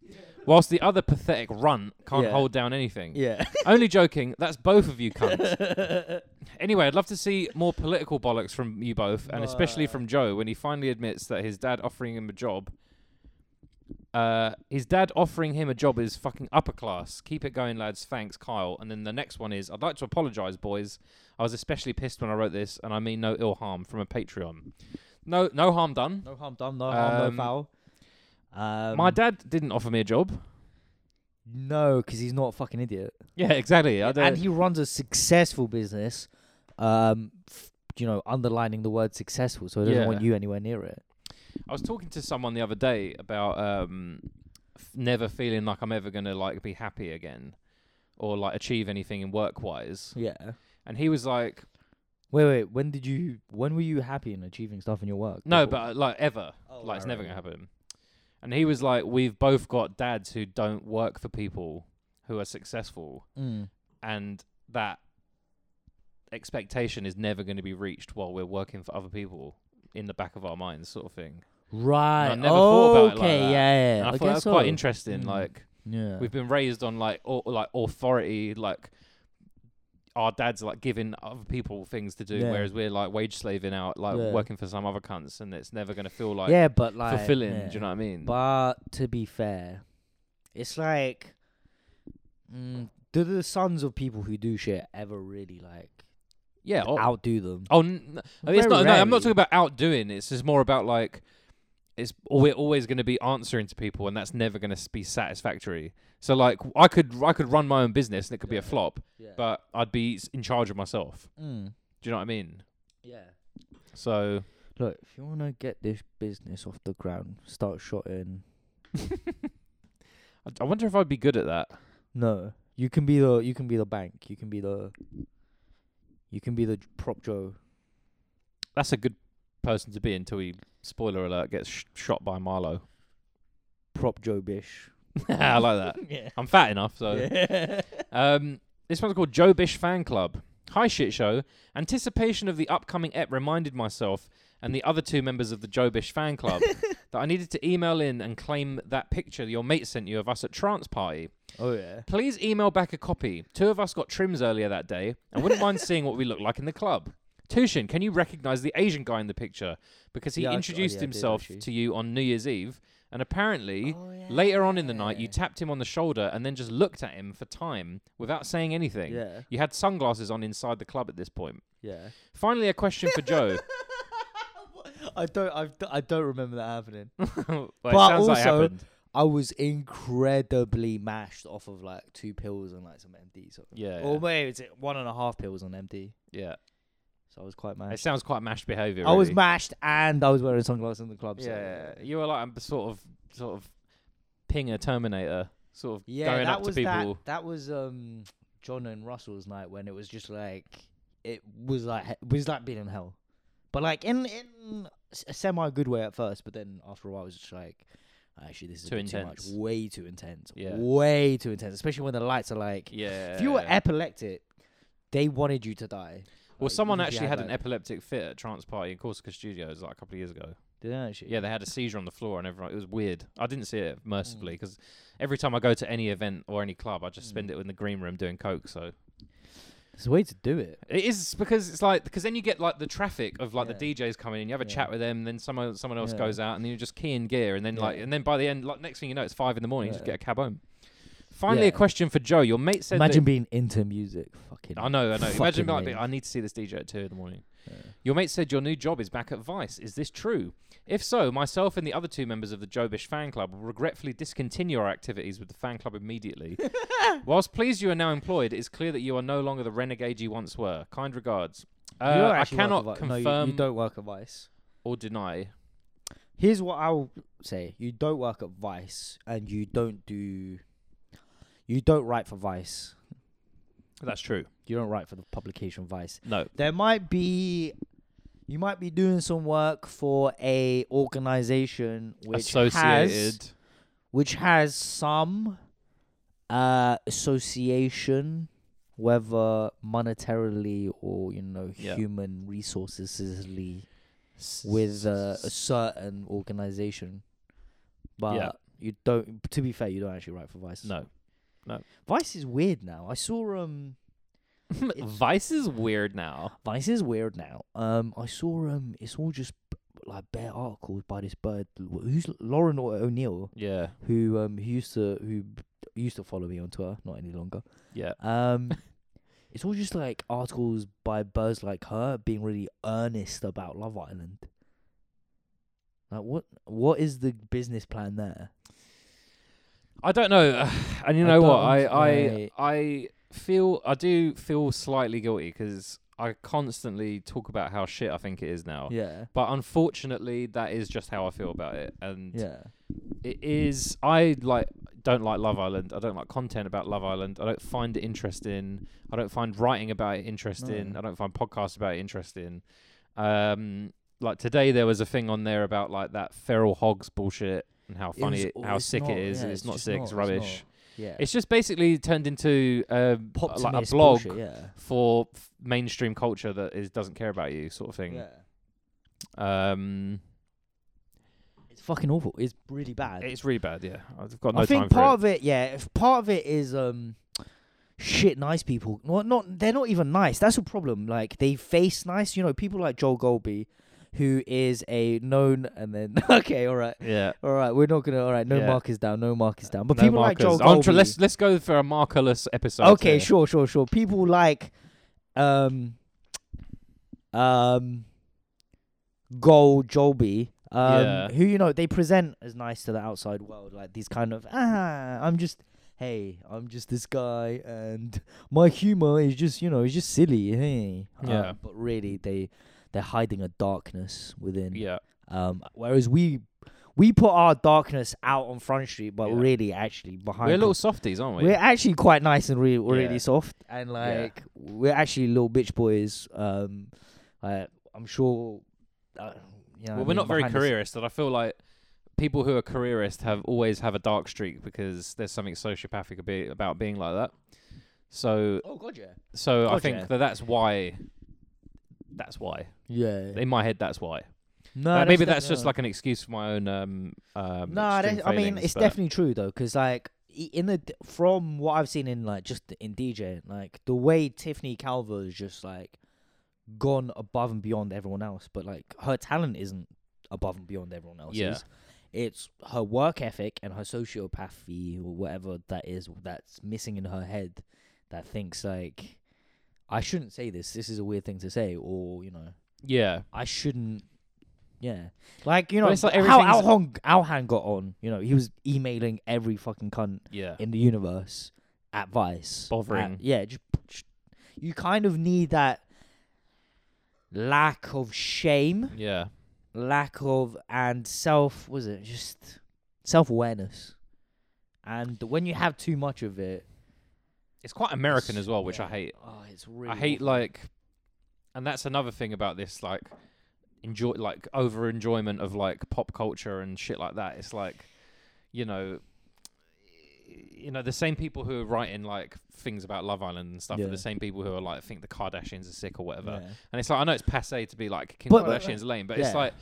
whilst the other pathetic runt can't
Yeah.
hold down anything.
Yeah.
Only joking. That's both of you cunts. anyway, I'd love to see more political bollocks from you both, and especially from Joe when he finally admits that his dad offering him a job. Uh, his dad offering him a job is fucking upper class. Keep it going, lads. Thanks, Kyle. And then the next one is I'd like to apologise, boys. I was especially pissed when I wrote this, and I mean no ill harm from a Patreon. No, no harm done.
No harm done. No harm.
Um,
no foul. Um,
My dad didn't offer me a job.
No, because he's not a fucking idiot.
Yeah, exactly. I don't,
and he runs a successful business. Um, f- you know, underlining the word successful, so he doesn't want
Yeah.
you anywhere near it.
I was talking to someone the other day about um, f- never feeling like I'm ever gonna like be happy again, or like achieve anything in work wise.
Yeah.
And he was like,
Wait, wait. When did you? When were you happy in achieving stuff in your work?
"No,
Before-
but uh, like ever,
Oh,
like it's
right,
never
right,
gonna happen." And he was like, "We've both got dads who don't work for people who are successful,
Mm.
and that expectation is never going to be reached while we're working for other people." In the back of our minds, sort of thing.
right.
And I never thought about it like
okay,
that.
yeah, yeah.
and I,
I,
thought that was
guess so.
quite interesting.
Mm.
Like,
Yeah.
We've been raised on like au- like authority, like our dads are, like giving other people things to do,
Yeah.
whereas we're like wage slaving out, like
Yeah.
working for some other cunts, and it's never gonna feel like
yeah, but like
fulfilling.
yeah.
Do you know what I mean?
But to be fair, it's like, mm, do the sons of people who do shit ever really like
yeah. Oh,
outdo them?
oh, n- n- I mean, it's not.
Very
No, I'm not
rarely.
talking about outdoing. It's just more about like it's we're always gonna be answering to people, and that's never gonna s- be satisfactory. So like I could I could run my own business and it could be a flop,
Yeah.
but I'd be s- in charge of myself.
Mm.
Do you know what I mean?
Yeah.
So
Look, if you wanna get this business off the ground, start shotting.
I, I wonder if I'd be good at that.
No, you can be the you can be the bank. You can be the you can be the j- prop Joe.
that's a good person to be until he spoiler alert gets sh- shot by Marlowe.
Prop Joe Bish.
Ah, I like that.
yeah.
I'm fat enough, so
yeah.
um, this one's called Joe Bish Fan Club. Hi, shit show. Anticipation of the upcoming ep reminded myself and the other two members of the Joe Bish Fan Club that I needed to email in and claim that picture your mate sent you of us at trance party.
Oh yeah.
Please email back a copy. Two of us got trims earlier that day and wouldn't mind seeing what we look like in the club. Tushin, can you recognize the Asian guy in the picture? Because he
Yeah, I c- oh,
introduced
yeah, I did
himself
actually. Oh,
to you on New Year's Eve, and apparently later on in the night you tapped him on the shoulder and then just looked at him for time without saying anything.
Yeah.
You had sunglasses on inside the club at this point.
Yeah.
Finally, a question for Joe.
I don't. I've, d- I don't remember that happening.
Well, it
but
sounds like it
also,
happened.
I was incredibly mashed off of like two pills and like some MD. So.
Yeah,
Or
yeah.
maybe it's one and a half pills on MD.
yeah,
So I was quite
it
mashed.
sounds quite mashed behaviour.
I was
really.
mashed and I was wearing sunglasses in the club. so-
Yeah, you were like a sort of sort of pinger terminator, sort of
Yeah,
going
that
up to
was
people.
that. That was um John and Russell's night when it was just like it was like he- was like being in hell, but like in in s- a semi good way at first, but then after a while it was just like actually this is
Too
a bit too much,
intense.
way too intense,
Yeah.
way too intense, especially when the lights are like.
Yeah.
If you were epileptic, they wanted you to die.
well,
like,
someone
if you
actually had
had,
an
like-
epileptic fit at Trance Party in Corsica Studios like a couple of years ago.
Did they actually?
Yeah, they had a seizure on the floor and everyone. It was weird. I didn't see
Mm.
it mercifully because every time I go to any event or any club, I just spend
Mm.
it in the green room doing coke. So
There's a way to do it.
it is because it's like because then you get like the traffic of like the
Yeah.
DJs coming in. You have a
Yeah.
chat with them, then someone someone else
Yeah.
goes out, and then you're just keying gear, and then
Yeah.
like and then by the end, like next thing you know, it's five in the morning. You just
Yeah.
get a cab home. Finally, a
Yeah.
question for Joe. Your mate said that-
Imagine being into music. Fucking.
I know, I know. Imagine
fucking
like, be-
lame.
I need to see this DJ at two in the morning. Your mate said your new job is back at Vice. Is this true? If so, myself and the other two members of the Jobish fan club will regretfully discontinue our activities with the fan club immediately. Whilst pleased you are now employed, it is clear that you are no longer the renegade you once were. Kind regards.
You don't
Uh, I
actually work
cannot
at Vi-
confirm
No, you, you don't work at Vice.
or deny.
here's what I'll say: you don't work at Vice, and you don't do, you don't write for Vice.
That's true.
You don't write for the publication Vice.
No.
There might be, you might be doing some work for a organization which has
Associated.
which has some uh association whether monetarily or you know
Yeah.
human resourcesly
s-
with uh, a certain organization. But You don't. To be fair, you don't actually write for Vice.
No.
Vice is weird now. I saw um
Vice is weird now.
Vice is weird now. Um, I saw um it's all just b- like bare articles by this bird who's Lauren O- O'Neill
Yeah.
who um who used to who b- used to follow me on Twitter, not any longer.
Yeah.
Um, it's all just like articles by birds like her being really earnest about Love Island. Like what? What is the business plan there?
I don't know, and you
I
know what?
don't-
I I
right.
I feel I do feel slightly guilty because I constantly talk about how shit I think it is now.
Yeah,
But unfortunately, that is just how I feel about it, and
yeah,
it is. I like don't like Love Island. I don't like content about Love Island. I don't find it interesting. I don't find writing about it interesting.
No.
I don't find podcasts about it interesting. Um, like today, there was a thing on there about like that feral hogs bullshit and how funny,
was-
it,
oh,
how
it's
sick
not-
it is.
yeah,
and it's,
it's
not
just
sick.
not,
it's
it's
rubbish.
not. yeah.
It's just basically turned into um,
Pop to
like
me,
a
it's
blog
bullshit, yeah.
for f- mainstream culture that is doesn't care about you, sort of thing.
yeah.
Um,
It's fucking awful. It's really bad.
it's really bad. Yeah, I've got no
I think
time
part
for
of it, yeah, if part of it is um shit nice people. Well, not they're not even nice. That's a problem. Like they face nice, you know, people like Joel Golby, who is a known and then okay, all right.
it. Yeah,
All right, we're not gonna all right, no
Yeah.
mark is down, no mark is down. But
no
people
markers.
like Joel
I'm
Golby.
tr- let's let's go for a markerless episode.
okay,
here.
sure, sure, sure. People like um um Gold Jolby. Um
Yeah.
who you know they present as nice to the outside world, like these kind of ah I'm just hey, I'm just this guy and my humor is just you know, it's just silly, hey. Um,
Yeah.
but really they they're hiding a darkness within.
Yeah,
Um whereas we we put our darkness out on Front Street, but
Yeah.
really actually behind
we're
closed
little softies, aren't we?
we're actually quite nice and really, really
Yeah.
soft, and like we're actually little bitch boys. Um, I, I'm sure. Uh, you know what I
well, we're
mean,
not very
behind the s-
careerist, and I feel like people who are careerist have always have a dark streak because there's something sociopathic a bit about being like that. So
Oh god, yeah.
So I
God,
think
yeah.
that that's why. That's why.
Yeah.
In my head, that's why.
no,
Now,
that's
maybe
def-
that's just
no.
like an excuse for my own. Um, um,
No,
extreme
that's, I mean
failings,
it's
but-
definitely true though, because like i- in the d- from what I've seen in like just in DJ, like the way Tiffany Calvo is just like gone above and beyond everyone else, but like her talent isn't above and beyond everyone else's.
Yeah.
It's her work ethic and her sociopathy or whatever that is that's missing in her head that thinks like I shouldn't say this. This is a weird thing to say, or you know,
Yeah.
I shouldn't. Yeah, like you
But
know,
it's like
how Al
everything's-
Hong Al Han got on. You know, he was emailing every fucking cunt
Yeah.
in the universe at Vice. at-
Bothering.
yeah, just, just- you kind of need that lack of shame,
Yeah.
lack of and self. Was it just self awareness? And when you have too much of it,
It's quite American
it's-
as well, which I
yeah.
hate.
Oh, it's really.
I hate
awful.
like, and that's another thing about this like, enjoy like over enjoyment of like pop culture and shit like that. It's like, you know, you know the same people who are writing like things about Love Island and stuff are
Yeah.
the same people who are like think the Kardashians are sick or whatever.
Yeah.
And it's like I know it's passe to be like Kim
But- but-
Kardashian's lame, but it's
yeah.
like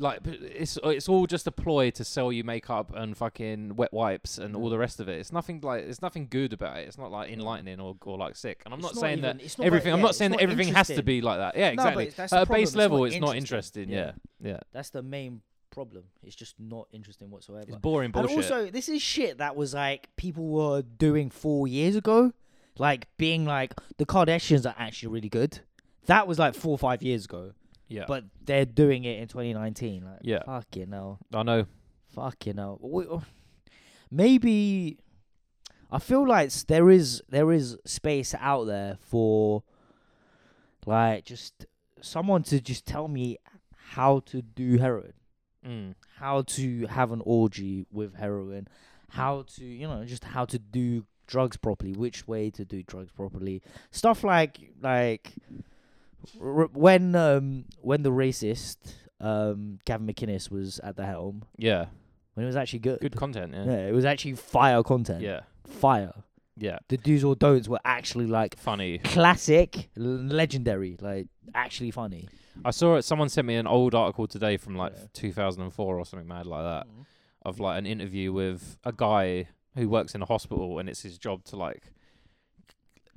like but it's it's all just a ploy to sell you makeup and fucking wet wipes and
Mm.
all the rest of it. It's nothing like it's nothing good about it. It's not like enlightening or, or like sick. And I'm
It's
not
not
saying
even- it's
that
not like-
everything. I'm
yeah,
not
it's
saying
not
that everything has to
interesting.
be like that. Yeah,
No, but
exactly.
it's- that's
At a
the
base
problem, it's
level,
not
it's not
interesting,
interesting.
yeah.
Yeah, yeah.
That's the main problem. It's just not interesting whatsoever.
It's boring bullshit.
And also, this is shit that was like people were doing four years ago, like being like the Kardashians are actually really good. That was like four or five years ago,
yeah,
but they're doing it in 2019. Like,
Yeah.
fucking hell,
I know.
fucking hell. We- oh, Maybe I feel like s- there is there is space out there for like just someone to just tell me how to do heroin
Mm.
how to have an orgy with heroin, how to, you know, just how to do drugs properly, which way to do drugs properly. Stuff like like r- when um when the racist um Gavin McInnes was at the helm,
Yeah,
when it was actually good.
good content. Yeah,
yeah, it was actually fire content.
yeah,
Fire.
yeah.
The do's or don'ts were actually like
Funny.
classic, l- legendary, like actually funny.
I saw it. Someone sent me an old article today from like
Yeah. Mm.
2004 or something mad like that of like an interview with a guy who works in a hospital and it's his job to like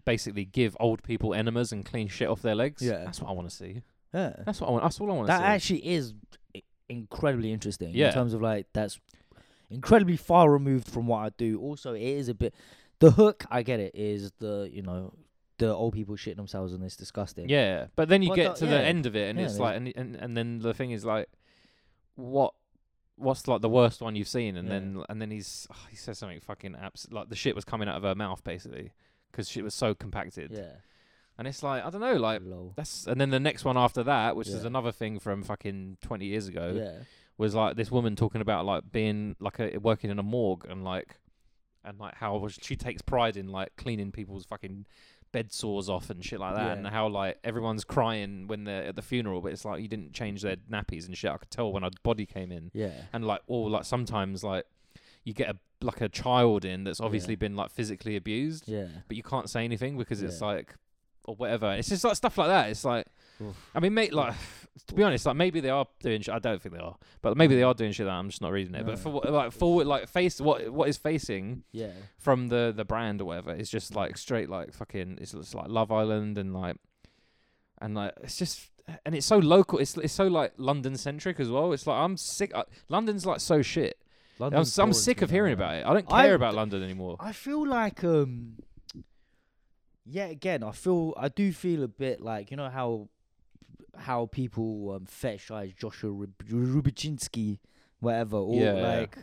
basically give old people enemas and clean shit off their legs.
Yeah.
That's what I want to see.
Yeah.
That's what I want. That's all I want to
that
see.
actually is i- incredibly interesting
Yeah.
in terms of like that's incredibly far removed from what I do. Also, it is a bit the hook. I get it is the you know the old people shitting themselves and it's disgusting.
Yeah, but then you
But
get to
the- yeah.
the end of it, and
Yeah,
it's
there's-
like, and, and and then the thing is like, what, what's like the worst one you've seen? And
Yeah.
then and then he's oh, he says something fucking abs- like the shit was coming out of her mouth basically because she was so compacted.
yeah,
And it's like I don't know, like
lol.
that's and then the next one after that, which is
Yeah.
another thing from fucking twenty years ago,
yeah,
was like this woman talking about like being like a, working in a morgue and like and like how she takes pride in like cleaning people's fucking bed sores off and shit like that and
Yeah.
how like everyone's crying when they're at the funeral but it's like you didn't change their nappies and shit i could tell when her body came in
yeah,
and like or like sometimes like you get a like a child in that's obviously
Yeah.
been like physically abused
yeah.
but you can't say anything because it's
Yeah.
like or whatever. It's just like stuff like that. It's like
Oof.
I mean, mate, like to be honest, like maybe they are doing. Sh- I don't think they are, but maybe they are doing shit that I'm just not reading it.
Mm. No.
But for what, like forward, like face what what is facing
yeah.
from the the brand or whatever is just like straight like fucking. It's, it's like Love Island and like and like it's just and it's so local. It's it's so like London centric as well. It's like I'm sick. Uh, London's like so shit. I'm,
London's
s- I'm
boring
sick
to
of
me,
hearing
man.
about it. I don't
I-
care about London anymore.
I feel like um yeah again I feel I do feel a bit like you know how how people um fetishize Joshua Rub- Rubiczynski whatever or
Yeah, yeah.
like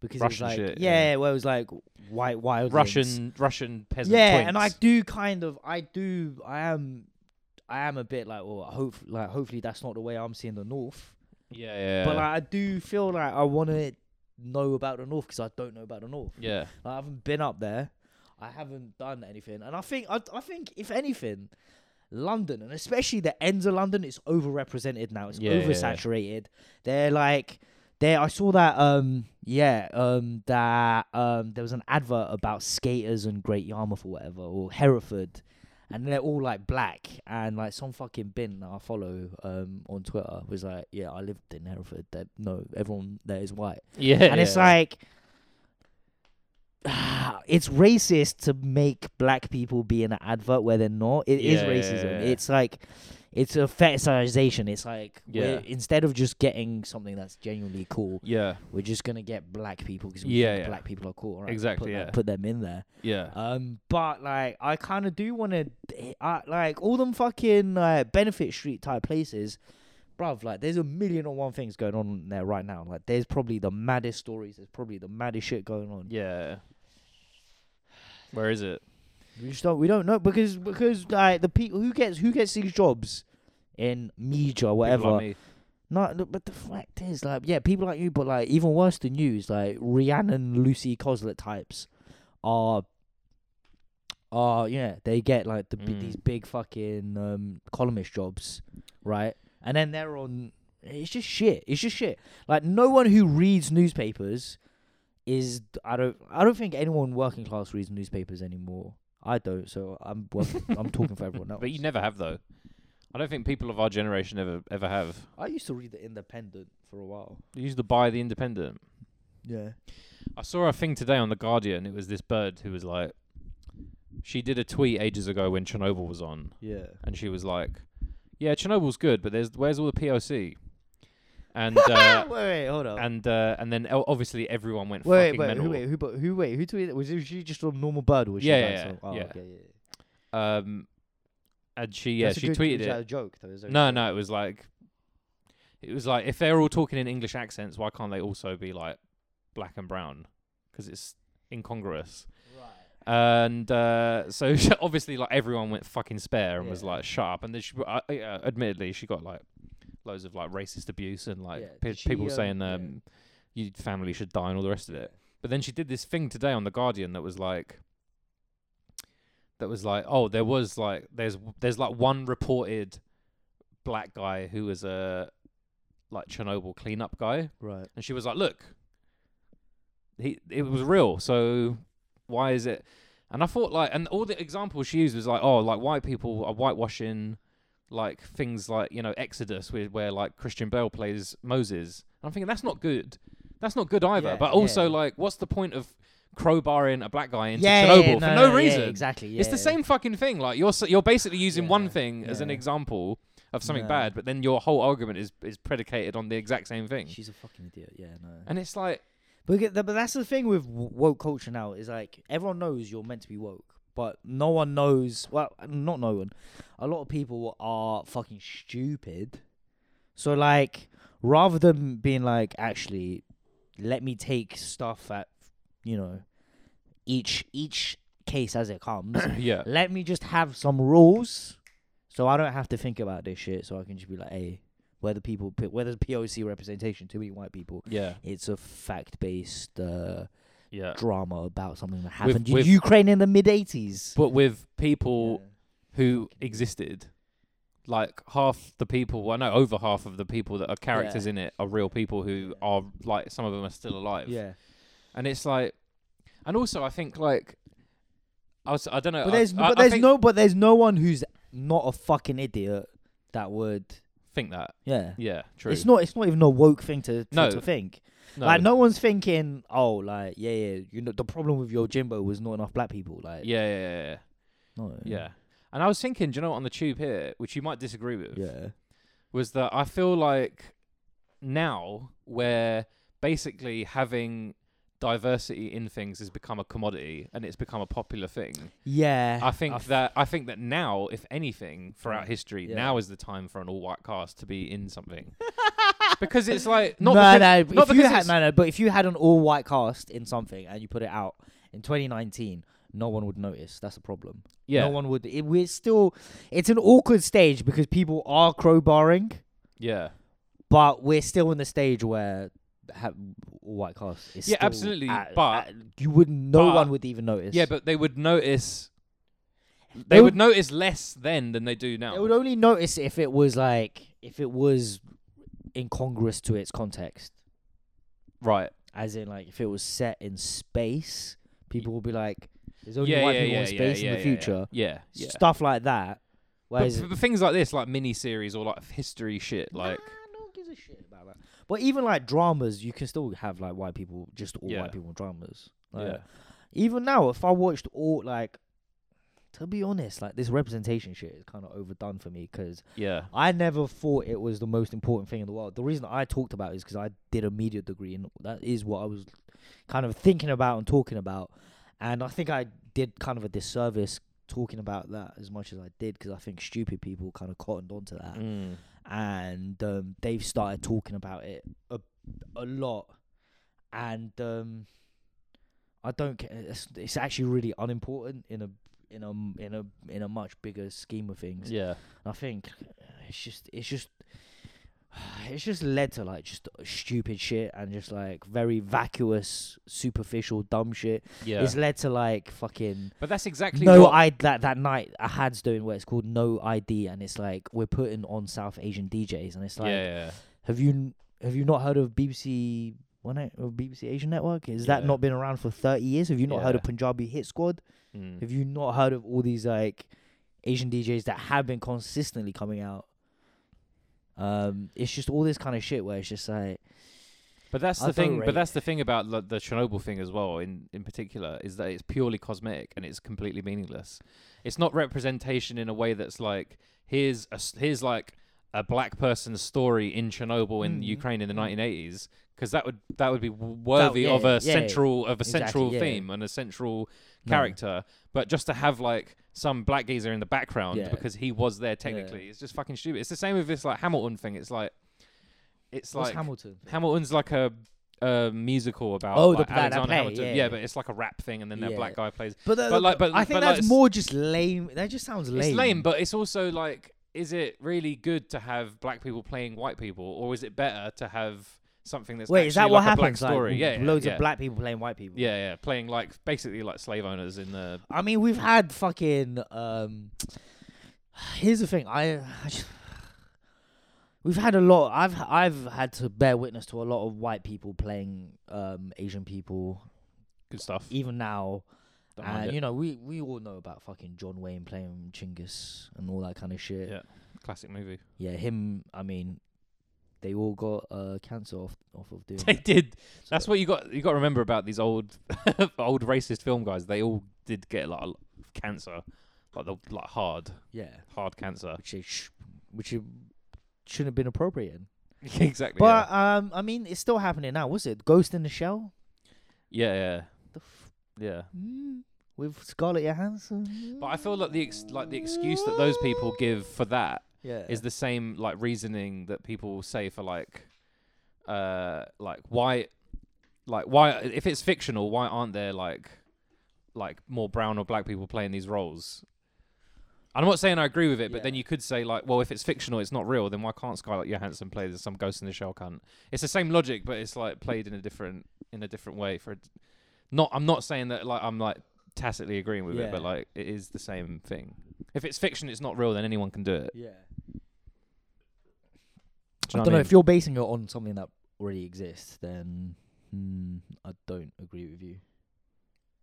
because
Russian
it was like
shit,
yeah,
yeah.
well it was like white wild
Russian Russian peasant.
yeah
twinks.
and I do kind of I do I am I am a bit like well hope like hopefully that's not the way I'm seeing the north
Yeah, yeah.
but
yeah.
like, I do feel like I want to know about the north because I don't know about the north
yeah.
I haven't been up there. I haven't done anything, and I think I, I think if anything, London and especially the ends of London is overrepresented now. It's
Yeah, yeah, yeah.
oversaturated. They're like they I saw that um yeah um that um there was an advert about skaters and Great Yarmouth or whatever or Hereford. And they're all like black, and like some fucking bin that I follow um, on Twitter was like, "Yeah, I lived in Hereford. That no, everyone there is white."
Yeah.
and it's like it's racist to make black people be in an advert where they're not. It is
Yeah, yeah,
racism.
yeah, yeah.
It's like it's a fetishization. It's like we're-
Yeah.
instead of just getting something that's genuinely cool,
Yeah.
we're just gonna get black people because
Yeah,
think
yeah.
black people are cool. All right, Put,
Exactly,
that-
yeah.
put them in there.
Yeah.
Um, but like I kind of do want to, I like all them fucking uh, benefit street type places, bruv. Like there's a million and one things going on there right now. Like there's probably the maddest stories. There's probably the maddest shit going on.
yeah. Where is it?
We just don't we don't know because because like the people who gets who gets these jobs in media or
People like
whatever.
me.
No, no, but the fact is like yeah, people like you, but like even worse than you is like Rhiannon, Lucy Coslet types are are yeah they get like the bi-
Mm.
these big fucking um, columnist jobs, right? And then they're on. It's just shit. It's just shit. Like no one who reads newspapers is I don't I don't think anyone working class reads newspapers anymore. I don't, so I'm working, I'm talking for everyone else.
But you never have though. I don't think people of our generation ever ever have.
I used to read the Independent for a while.
You used to buy the Independent.
Yeah.
I saw a thing today on the Guardian. It was this bird who was like, she did a tweet ages ago when Chernobyl was on,
Yeah.
and she was like, "Yeah, Chernobyl's good, but there's where's all the POC?" And uh,
wait, wait, hold on.
and uh, and then o- obviously everyone went
Wait,
fucking
wait,
mental.
who, wait, who, but who, wait, who tweeted? Was it she just a normal bird? Or was
Yeah,
she like
yeah,
some- oh,
yeah.
Okay, yeah, yeah.
Um, and she yeah
That's a
she
good-
tweeted
is
it.
that a joke though? Is that a
No,
joke?
no, it was like, it was like if they're all talking in English accents, why can't they also be like black and brown? Because it's incongruous. And uh, so she- obviously, like everyone went fucking spare and was
Yeah.
like, "Shut up!" And then she, uh, yeah, admittedly, she got like loads of like racist abuse and like
Yeah,
pe-
did she,
people
um,
saying,
yeah.
um, "Your family should die" and all the rest of it. But then she did this thing today on the Guardian that was like, that was like, oh, there was like, there's there's like one reported black guy who was a like Chernobyl cleanup guy,
Right.
and she was like, look, he it was real, so why is it? And I thought like, and all the examples she used was like, oh, like white people are whitewashing like things like you know Exodus, where, where like Christian Bale plays Moses. And I'm thinking that's not good. That's not good either.
Yeah,
but also,
yeah.
like, what's the point of crowbarring a black guy into
Yeah, yeah,
Chernobyl
yeah,
for no,
no, no, yeah,
reason?
exactly,
It's
yeah.
the same fucking thing. Like, you're s- you're basically using
Yeah,
one thing as an
yeah.
example of something
No.
bad, but then your whole argument is is predicated on the exact same thing.
She's a fucking idiot. Yeah, no.
and it's like,
But get- but that's the thing with w- woke culture now is like everyone knows you're meant to be woke, but no one knows. Well, not no one. A lot of people are fucking stupid. So like, rather than being like, actually, let me take stuff at you know, each each case as it comes.
yeah,
let me just have some rules, so I don't have to think about this shit. So I can just be like, hey, where the people, where there's POC representation, too many white people
yeah,
it's a fact-based uh,
yeah.
drama about something that happened in
with-
Ukraine in the mid '80s.
But with people who existed, like half the people, well, no, over half of the people that are characters
Yeah.
in it are real people who are like some of them are still alive.
yeah,
and it's like, and also I think like, I was, I don't know,
but
I-
there's
Uh, I- I
but there's
think-
no but there's no one who's not a fucking idiot that would
think that,
yeah.
yeah, true.
It's not it's not even a woke thing to to,
No.
to think.
no,
Like no one's thinking, oh, like yeah, yeah. You know, the problem with your Jimbo was not enough black people. Like
yeah, yeah, yeah, yeah,
no,
yeah. And I was thinking, do you know, what, on the tube here, which you might disagree with,
yeah,
was that I feel like now where basically having diversity in things has become a commodity and it's become a popular thing.
yeah.
I think
f-
that I think that now, if anything, throughout
Mm,
history,
yeah.
now is the time for an all-white cast to be in something because it's like not
no,
because,
no, but
not
if you
because
had,
it's-
no, no, but if you had an all white cast in something and you put it out in 2019, no one would notice. That's a problem.
yeah
No one would. It, we're still. It's an awkward stage because people are crowbarring,
yeah
but we're still in the stage where ha- all white cast is.
Yeah,
still
absolutely,
at-
but-
at- you would. No
but-
one would even notice.
yeah, but they would notice. They,
They
would,
would-
notice less then than they do now.
they would only notice if it was like if it was incongruous to its context.
right.
as in like if it was set in space, people will be like, "There's only
yeah,
white
yeah,
people
yeah,
in space
yeah,
in
yeah,
the
yeah,
future."
Yeah, yeah.
Stuff like that.
But,
Whereas,
but things like this, like miniseries or like history shit, like
Nah, no one gives a shit about that. But even like dramas, you can still have like white people, just all
Yeah.
white people in dramas. Like,
yeah,
Even now, if I watched all like, to be honest, like this representation shit is kind of overdone for me because
yeah,
I never thought it was the most important thing in the world. The reason I talked about it is because I did a media degree, and that is what I was kind of thinking about and talking about. And I think I did kind of a disservice talking about that as much as I did because I think stupid people kind of cottoned onto that,
Mm.
and um, they've started talking about it a, a lot. And um, I don't. ca- It's, it's actually really unimportant in a in a in a in a much bigger scheme of things.
yeah,
I think uh, it's just it's just it's just led to like just stupid shit and just like very vacuous, superficial, dumb shit.
yeah.
It's led to like fucking
but that's exactly
no
what,
I that that night I had's doing where it's called no ID and it's like we're putting on South Asian DJs and it's like
yeah, yeah,
have you n- have you not heard of BBC one Night- or BBC Asian Network? Is that
Yeah.
not been around for thirty years? Have you not heard of
Yeah.
Punjabi Hit Squad?
yeah. Mm.
Have you not heard of all these like Asian DJs that have been consistently coming out? Um, it's just all this kind of shit where it's just like,
But that's
I
the
don't
thing.
rate
But that's the thing about like, the Chernobyl thing as well, in in particular, is that it's purely cosmetic and it's completely meaningless. It's not representation in a way that's like here's a s here's like a black person's story in Chernobyl in
Mm.
Ukraine in the 1980s, because that would that would be w- worthy of
yeah,
a
yeah,
central of a
exactly,
central
yeah.
theme and a central
No.
character. But just to have like some black geezer in the background
Yeah.
because he was there technically, it's just fucking stupid. It's the same with this like Hamilton thing. It's like it's
what's
like
Hamilton?
Hamilton's like a, a musical about
Oh, the-
like,
that- that
Alexander
play,
Hamilton.
yeah,
Yeah,
yeah.
but it's like a rap thing, and then that
Yeah.
black guy plays.
But,
but like- but-
I think
but like
that's
s-
more just lame. That just sounds lame.
It's lame, but it's also like, is it really good to have black people playing white people, or is it better to have something that's
wait, is that
actually
what
like a
happens?
Black story,
Like,
yeah, yeah,
loads
yeah.
of black people playing white people.
Yeah, yeah, playing like basically like slave owners in the.
I mean, we've had fucking. Um, here's the thing. I, I just, we've had a lot. I've I've had to bear witness to a lot of white people playing um, Asian people,
Good stuff.
even now.
Don't mind
And
it.
you know, we we all know about fucking John Wayne playing Chinggis and all that kind of shit.
Yeah. Classic movie.
Yeah, him. I mean, they all got uh, cancer off off of doing.
They
it.
did. That's what you got. You got to remember about these old, old racist film guys. They all did get like a lot of cancer, like the like hard,
Yeah,
hard cancer.
which they sh- which it shouldn't have been appropriate. In.
exactly.
But um, I mean, it's still happening now. Was it Ghost in the Shell?
yeah, yeah,
The f-
yeah. yeah.
mm, with Scarlett Johansson.
But I feel like the ex- like the excuse that those people give for that
yeah.
is the same like reasoning that people say for like uh like why like why if it's fictional why aren't there like like more brown or black people playing these roles i'm not saying i agree with it but then
Yeah.
you could say like well if it's fictional it's not real then why can't scarlett johansson play this some ghost in the shell cunt it's the same logic but it's like played in a different in a different way for a d- not i'm not saying that like i'm like tacitly agreeing with it but
Yeah.
like it is the same thing if it's fiction it's not real then anyone can do it
yeah.
Do you
I don't
what
know
mean?
if you're basing it on something that already exists. Then hmm, I don't agree with you.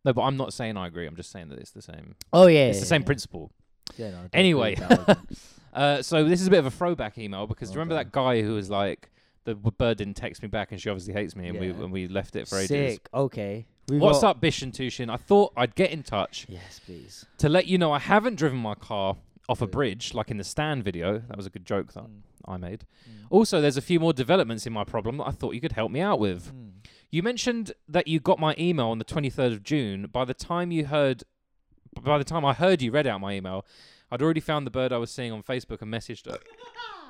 No, but I'm not saying I agree. I'm just saying that it's the same.
Oh yeah,
it's the same principle.
Yeah, no, I don't agree
Anyway,
with that argument.
uh, so this is a bit of a throwback email because do you
Well
remember that guy who was like, the w- bird didn't text me back, and she obviously hates me, and we
Yeah.
and we left it for ages.
sick. Okay, We've
What's
got-
up, Bish and Tushin? I thought I'd get in touch
Yes, please.
to let you know I haven't driven my car off a
Good.
bridge like in the stand video. That was a good joke that
Mm,
I made.
mm,
Also, there's a few more developments in my problem that I thought you could help me out with.
mm.
You mentioned that you got my email on the 23rd of June. By the time you heard, by the time I heard you read out my email, I'd already found the bird I was seeing on Facebook and messaged her.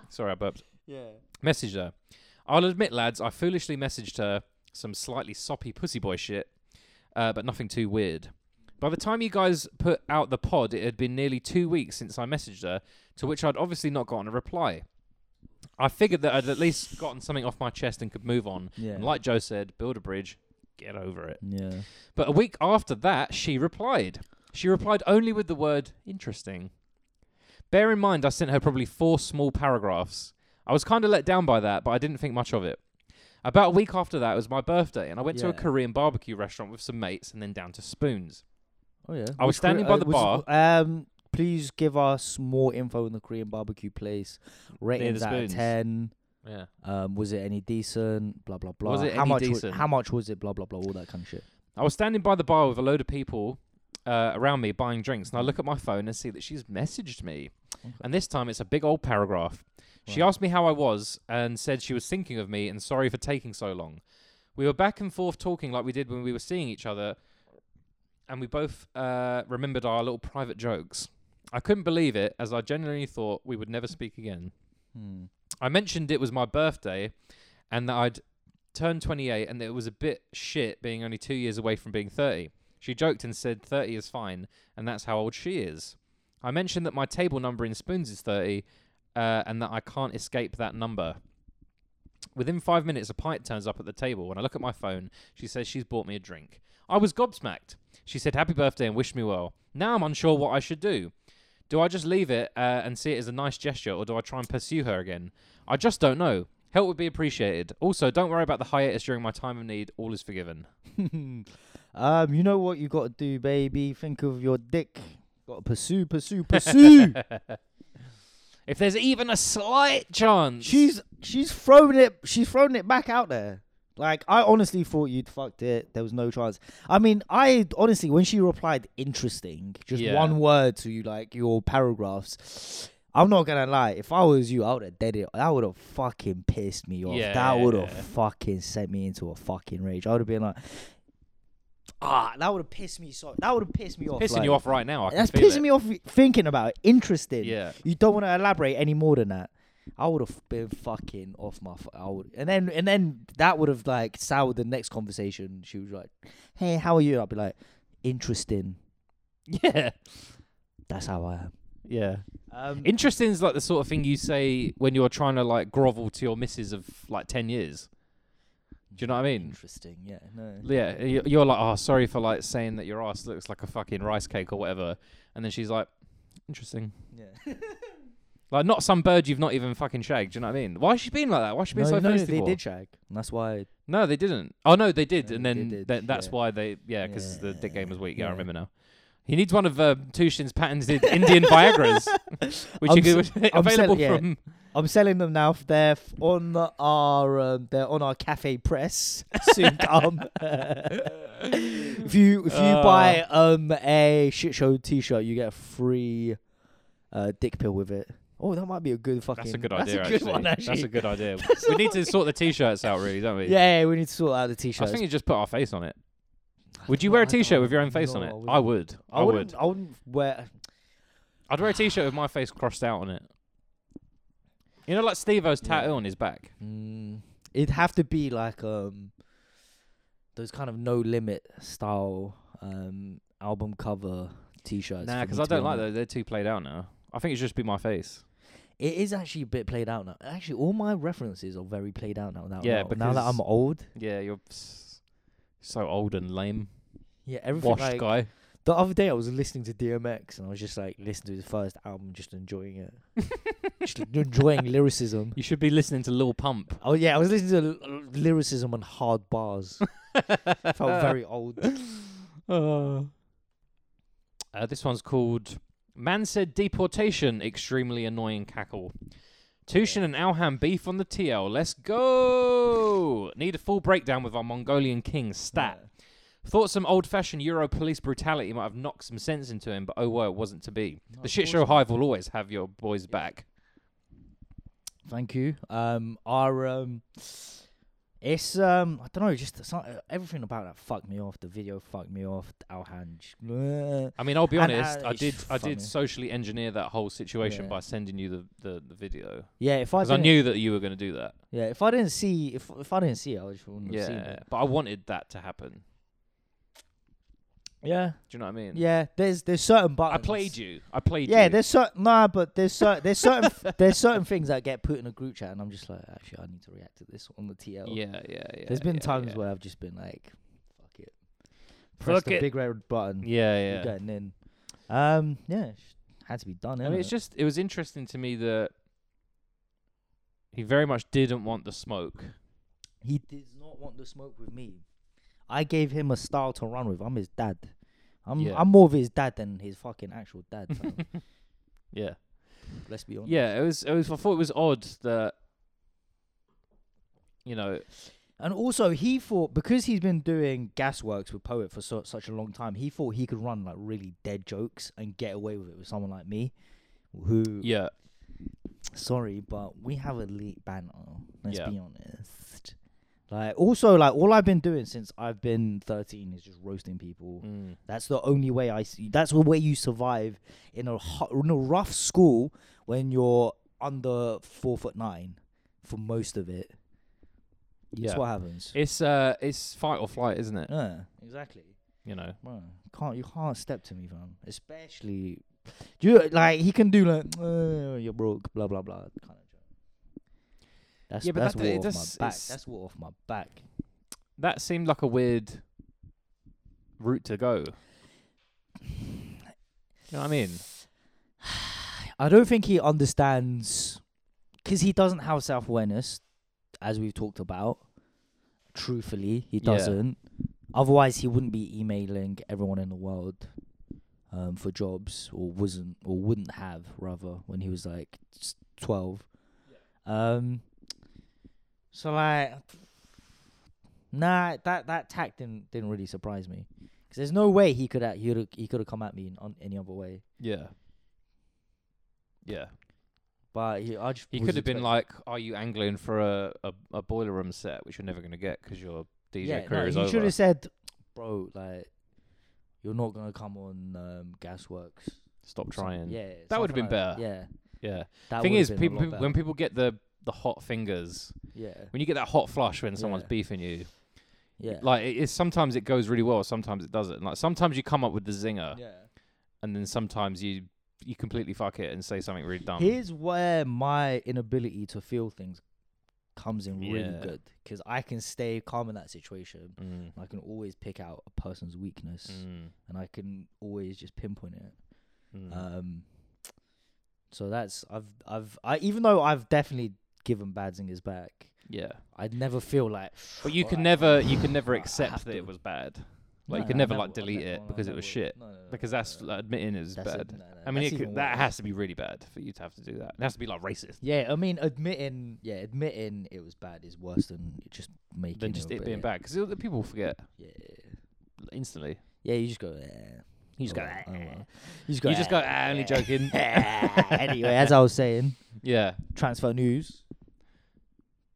Sorry, I burped.
Yeah.
Messaged her. I'll admit, lads, I foolishly messaged her some slightly soppy pussy boy shit, uh, but nothing too weird. By the time you guys put out the pod, it had been nearly two weeks since I messaged her, to which I'd obviously not gotten a reply. I figured that I'd at least gotten something off my chest and could move on.
Yeah.
And like Joe said, build a bridge, get over it.
yeah.
But a week after that, she replied. She replied only with the word interesting. Bear in mind, I sent her probably four small paragraphs. I was kind of let down by that, but I didn't think much of it. About a week after that, it was my birthday, and I went to a
Yeah.
Korean barbecue restaurant with some mates and then down to Spoons.
Oh yeah.
I was
Which
standing
Kore-
by the
which- Um, please give us more info on the Korean barbecue place. Ratings out of
spoons.
ten.
Yeah.
Um, was it any decent? Blah blah blah.
Was it
how
any
much wa-
decent?
how much was it? Blah blah blah. All that kind of shit.
I was standing by the bar with a load of people uh, around me buying drinks, and I look at my phone and see that she's messaged me. And this time it's a big old paragraph. She
Right.
asked me how I was and said she was thinking of me and sorry for taking so long. We were back and forth talking like we did when we were seeing each other, and we both uh, remembered our little private jokes. I couldn't believe it, as I genuinely thought we would never speak again.
Hmm.
I mentioned it was my birthday and that I'd turned 28 and that it was a bit shit being only two years away from being 30. She joked and said 30 is fine and that's how old she is. I mentioned that my table number in Spoons is 30 uh, and that I can't escape that number. Within five minutes, a pint turns up at the table. When I look at my phone, she says she's bought me a drink. I was gobsmacked. She said happy birthday and wished me well. Now I'm unsure what I should do. Do I just leave it uh, and see it as a nice gesture, or do I try and pursue her again? I just don't know. Help would be appreciated. Also, don't worry about the hiatus during my time of need. All is forgiven.
Um, you know what you got to do, baby. Think of your dick. Got to pursue, pursue, pursue.
If there's even a slight chance,
she's she's thrown it. She's thrown it back out there. Like I honestly thought you'd fucked it. There was no chance. I mean, I honestly, when she replied, "interesting," just
Yeah.
one word to you, like your paragraphs. I'm not gonna lie. If I was you, I would have dead it. That would have fucking pissed me off.
Yeah.
That would have fucking sent me into a fucking rage. I would have been like, ah, that would have pissed me so. That would have pissed me off.
pissing
like-
you off right now. I can
that's
feel
pissing
it.
me off thinking about it. Interesting.
Yeah.
You don't want to elaborate any more than that. I would have been fucking off my. F- I would, and then and then that would have like soured the next conversation. She was like, "Hey, how are you?" I'd be like, "Interesting."
Yeah,
That's how I am.
yeah.
Um,
Interesting is like the sort of thing you say when you're trying to like grovel to your missus of like ten years. Do you know what I mean?
interesting. Yeah. No.
Yeah, y- you're like, oh, sorry for like saying that your ass looks like a fucking rice cake or whatever, and then she's like, interesting.
Yeah.
Like not some bird you've not even fucking shagged. Do you know what I mean? Why is she being like that? Why is she
No,
being so
no,
feisty
they
for?
did shag. and That's why.
No, they didn't. Oh no, they did,
No,
and
they
then
did,
that- that's
yeah.
why they yeah, because the dick game was weak. Yeah, I
Yeah.
remember now. He needs one of uh, Tushin's patented Indian Viagra's, which
I'm
you could
s- I'm
available
sell- yeah.
from
I'm selling them now. They're f- on our um, they're on our cafe press. Soon come. if you if you
Uh.
buy um a shit show T-shirt, you get a free uh, dick pill with it. Oh, that might be a good fucking.
That's a good idea.
That's a good
actually.
one. Actually.
that's a good idea.
That's
we
a
need to
fucking-
sort the t-shirts out, really, don't we?
Yeah, yeah, we need to sort out the
I
T-shirts.
was thinking just put our face on it. Would you wear a
I don't-
t-shirt with your own face on
no,
it?
I
I
wouldn't.
would.
I
I would.
wouldn't. I wouldn't wear.
I'd wear a t-shirt with my face crossed out on it. You know, like Steve-O's
Yeah.
tattoo on his back.
Mm, it'd have to be like um those kind of no limit style um album cover T-shirts.
Nah,
for
because
me
I
to be
don't like
honest.
those. They're too played out now. I think it should just be my face.
It is actually a bit played out now. Actually, all my references are very played out now. now
Yeah,
now, now that
because-
I'm old,
Yeah, you're s- so old and lame.
yeah, everything.
Washed
like,
guy.
The other day, I was listening to DMX, and I was just like listening to his first album, just enjoying it, just enjoying lyricism.
You should be listening to Lil Pump.
Oh yeah, I was listening to l- l- lyricism and hard bars. Felt very old.
Uh, uh, this one's called Man Said Deportation Extremely Annoying Cackle. Tushin and Alham beef on the TL. Let's go! Need a full breakdown with our Mongolian king, Stat. Thought some old fashioned Euro police brutality might have knocked some sense into him, but oh well, it wasn't to be. the shit show hive will always have your boys back.
Thank you. Um, our um, it's um, I don't know, just some, everything about that fucked me off. The video fucked me off. Our hand. just-
I mean, I'll be
And,
honest.
uh,
I
it's
did, I
funny.
did socially engineer that whole situation
Yeah.
by sending you the, the, the video
Yeah, if I
because I
didn't,
knew that you were going to do that.
yeah, if I didn't see, if if I didn't see it, I just wouldn't have seen
Yeah,
it.
but I wanted that to happen.
Yeah,
Do you know what I mean?
yeah. There's there's certain
I
buttons.
played you. I played you.
Yeah, there's certain nah, but there's certain there's certain there's certain things that get put in a group chat, and I'm just like, actually, I need to react to this on the TL.
Yeah, yeah, yeah.
There's been
yeah,
times
yeah.
where I've just been like, fuck it, press
Fuck
the
it.
big red button.
Yeah, yeah.
You're getting in. Um, yeah, sh- had to be done.
I mean, it's
innit?
just it was interesting to me that he very much didn't want the smoke.
he did not want to smoke with me. I gave him a style to run with. I'm his dad. I'm
Yeah.
I'm more of his dad than his fucking actual dad. fam.
Yeah.
Let's be honest.
Yeah, it was. It was. I thought it was odd that you know.
And also, he thought because he's been doing gasworks with Poet for so, such a long time, he thought he could run like really dead jokes and get away with it with someone like me, who
Yeah.
sorry, but we have elite banter. Let's
Yeah.
be honest. Like, also, like all I've been doing since I've been 13 is just roasting people.
Mm.
That's the only way I see. That's the way you survive in a hu- in a rough school when you're under four foot nine for most of it.
Yeah.
That's what happens.
It's uh, it's fight or flight, isn't it?
yeah, exactly.
You know.
Well, can't you can't step to me, fam. Especially, you like he can do like "Uh, you're broke, blah blah blah kind of joke. That's
Yeah, but
that's
that-
war
it
off
does-
my back.
it's-
That's war off my back.
That seemed like a weird route to go. You know what I mean?
I don't think he understands because he doesn't have self awareness, as we've talked about. Truthfully, he
Yeah.
doesn't. Otherwise, he wouldn't be emailing everyone in the world um, for jobs, or wasn't, or wouldn't have rather when he was like s- twelve. Um. So like, nah, that that tack didn't didn't really surprise me because there's no way he could have he could have come at me in on any other way.
Yeah. Yeah.
But he, I just
He
was
could have been
expect-
like, "Are you angling for a, a, a boiler room set, which you're never going to get because your DJ
yeah,
career
no,
is
you should
over"?
have said, bro, like you're not gonna come on um, Gasworks.
Stop
Some-
trying.
Yeah,
That would have
something
been
like that.
better.
Yeah,
yeah.
that
Thing
would have
is,
been a
people
lot
people-
better.
when people get the the hot fingers,
yeah,
when you get that hot flush when someone's
Yeah.
beefing you,
yeah,
like it is sometimes it goes really well, sometimes it doesn't. Like sometimes you come up with the zinger,
yeah.
and then sometimes you you completely fuck it and say something really dumb.
Here's where my inability to feel things comes in really
Yeah.
good because I can stay calm in that situation.
Mm,
I can always pick out a person's weakness,
mm,
and I can always just pinpoint it.
mm.
Um, so that's I've I've I even though I've definitely given bad zingers back,
yeah,
I'd never feel like.
but you
"All
can
right,
never you can never
I have
accept that
to."
it was bad. Like you
No,
could
no,
never
that
like
w-
delete
that-
it
no, no,
because
that
it was
would-
shit.
no, no, no,
Because
no,
that's
no,
like, admitting is
That's a-
bad.
no, no,
I mean,
that's
it
even
could, that
worse.
has to be really bad for you to have to do that. It has to be like racist.
Yeah, I mean, admitting, yeah, admitting it was bad is worse than it just making.
Than just
or
it being
being-
bad because the people forget
Yeah,
instantly.
yeah, you just go. Eh.
You just
oh
go.
well, oh
"Ah."
well." You just go.
You just go.
"Eh."
Ah, only joking.
anyway, as I was saying,
yeah.
transfer news.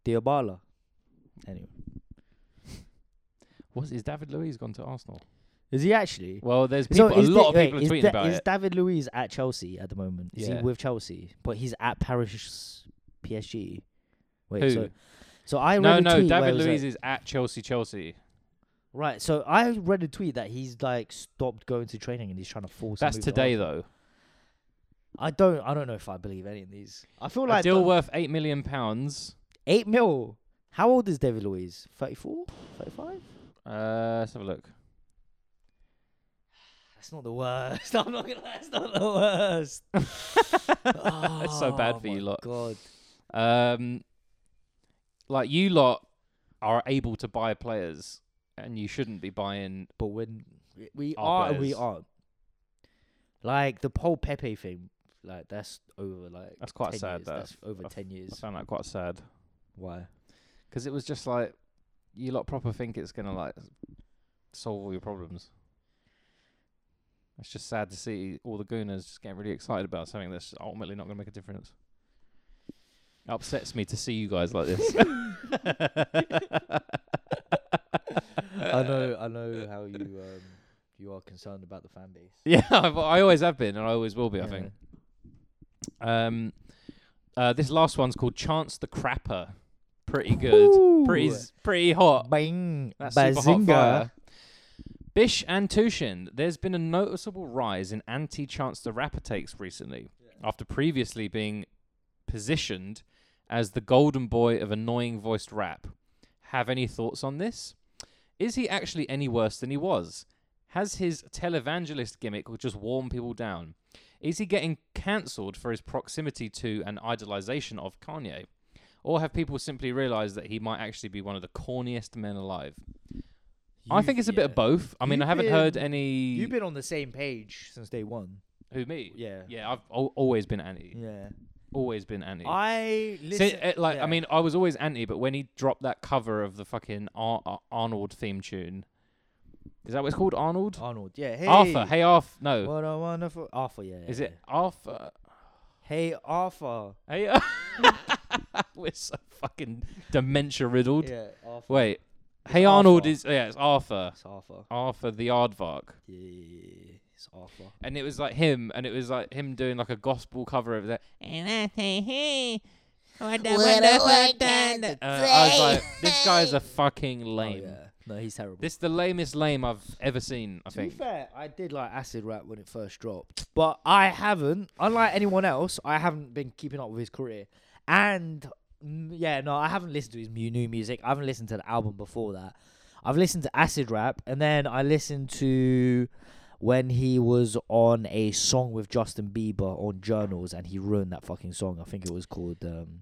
Diabala. Anyway,
What is David Luiz gone to Arsenal?
is he actually?
Well, there's people. a
is
lot of
Da-
people
wait,
are
is
tweeting
Da-
about
is
it.
David Luiz at Chelsea at the moment? Is
Yeah.
he with Chelsea? But he's at Paris PSG. Wait,
Who?
so so I read
no,
a
no.
tweet where it
David
was like-
Luiz is at Chelsea. Chelsea.
Right, so I read a tweet that he's like stopped going to training and he's trying to force. a
That's
move to
today
Arsenal.
though.
I don't. I don't know if I believe any of these. I
A
feel like
deal
the-
worth eight million pounds.
eight mil. How old is David Luiz? 34? 35?
Uh, let's have a look.
That's not the worst. I'm not gonna. That's not the worst.
It's so bad for
Oh
you
my
lot.
God.
Um, like you lot are able to buy players, and you shouldn't be buying.
But when we
Our
are, and we
players.
aren't. Like the whole Pepe thing, like that's over. Like
That's quite
10
sad,
Years.
that.
That's over
I
ten
I
years.
found that quite sad
Why?
because it was just like you lot proper think it's gonna like solve all your problems. It's just sad to see all the gooners just getting really excited about something that's ultimately not gonna make a difference. Upsets me to see you guys like this.
I know. I know how you um, you are concerned about the fan base.
Yeah, I've, I always have been, and I always will be. I
Yeah.
think. Um, uh, this last one's called "Chance the Crapper." Pretty good. Pretty,
Ooh.
s- pretty hot.
Bang!
That's super hot fire. Bish and Tushin, there's been a noticeable rise in anti Chance the Rapper takes recently, after previously being positioned as the golden boy of annoying voiced rap. Have any thoughts on this? Is he actually any worse than he was? Has his televangelist gimmick just worn people down? Is he getting cancelled for his proximity to and idolization of Kanye? Or have people simply realized that he might actually be one of the corniest men alive? I think it's a bit of both. I mean, I
You've
haven't heard
been-
any.
You've been on the same page since day one.
Who me?
Yeah.
yeah. I've al- always been anti.
Yeah.
Always been anti.
I
Si-
listen.
uh, like,
yeah.
I mean, I was always anti, but when he dropped that cover of the fucking Ar- Ar- Arnold theme tune, is that what it's called? Arnold?
Arnold. Yeah. Oh, Hey,
Arthur. Hey, Arthur. No,
What a wonderful Arthur. Yeah.
is
yeah,
it Arthur?
yeah. Hey Arthur.
Hey, we're so fucking dementia riddled.
Yeah. Arthur.
Wait, Hey Arnold
Arthur.
is yeah, it's Arthur.
It's Arthur.
Arthur the Aardvark.
Yeah. It's Arthur.
and it was like him, and it was like him doing like a gospel cover of that. And I say, hey, what the motherfucker done?" Uh, I was like, this guy's a fucking lame.
Oh, yeah. No, he's terrible.
This the lamest lame I've ever seen. I
to be
think.
fair, I did like Acid Rap when it first dropped, but I haven't. Unlike anyone else, I haven't been keeping up with his career. And mm, yeah, no, I haven't listened to his mu- new music. I haven't listened to the album before that. I've listened to Acid Rap, and then I listened to when he was on a song with Justin Bieber on Journals, and he ruined that fucking song. I think it was called um,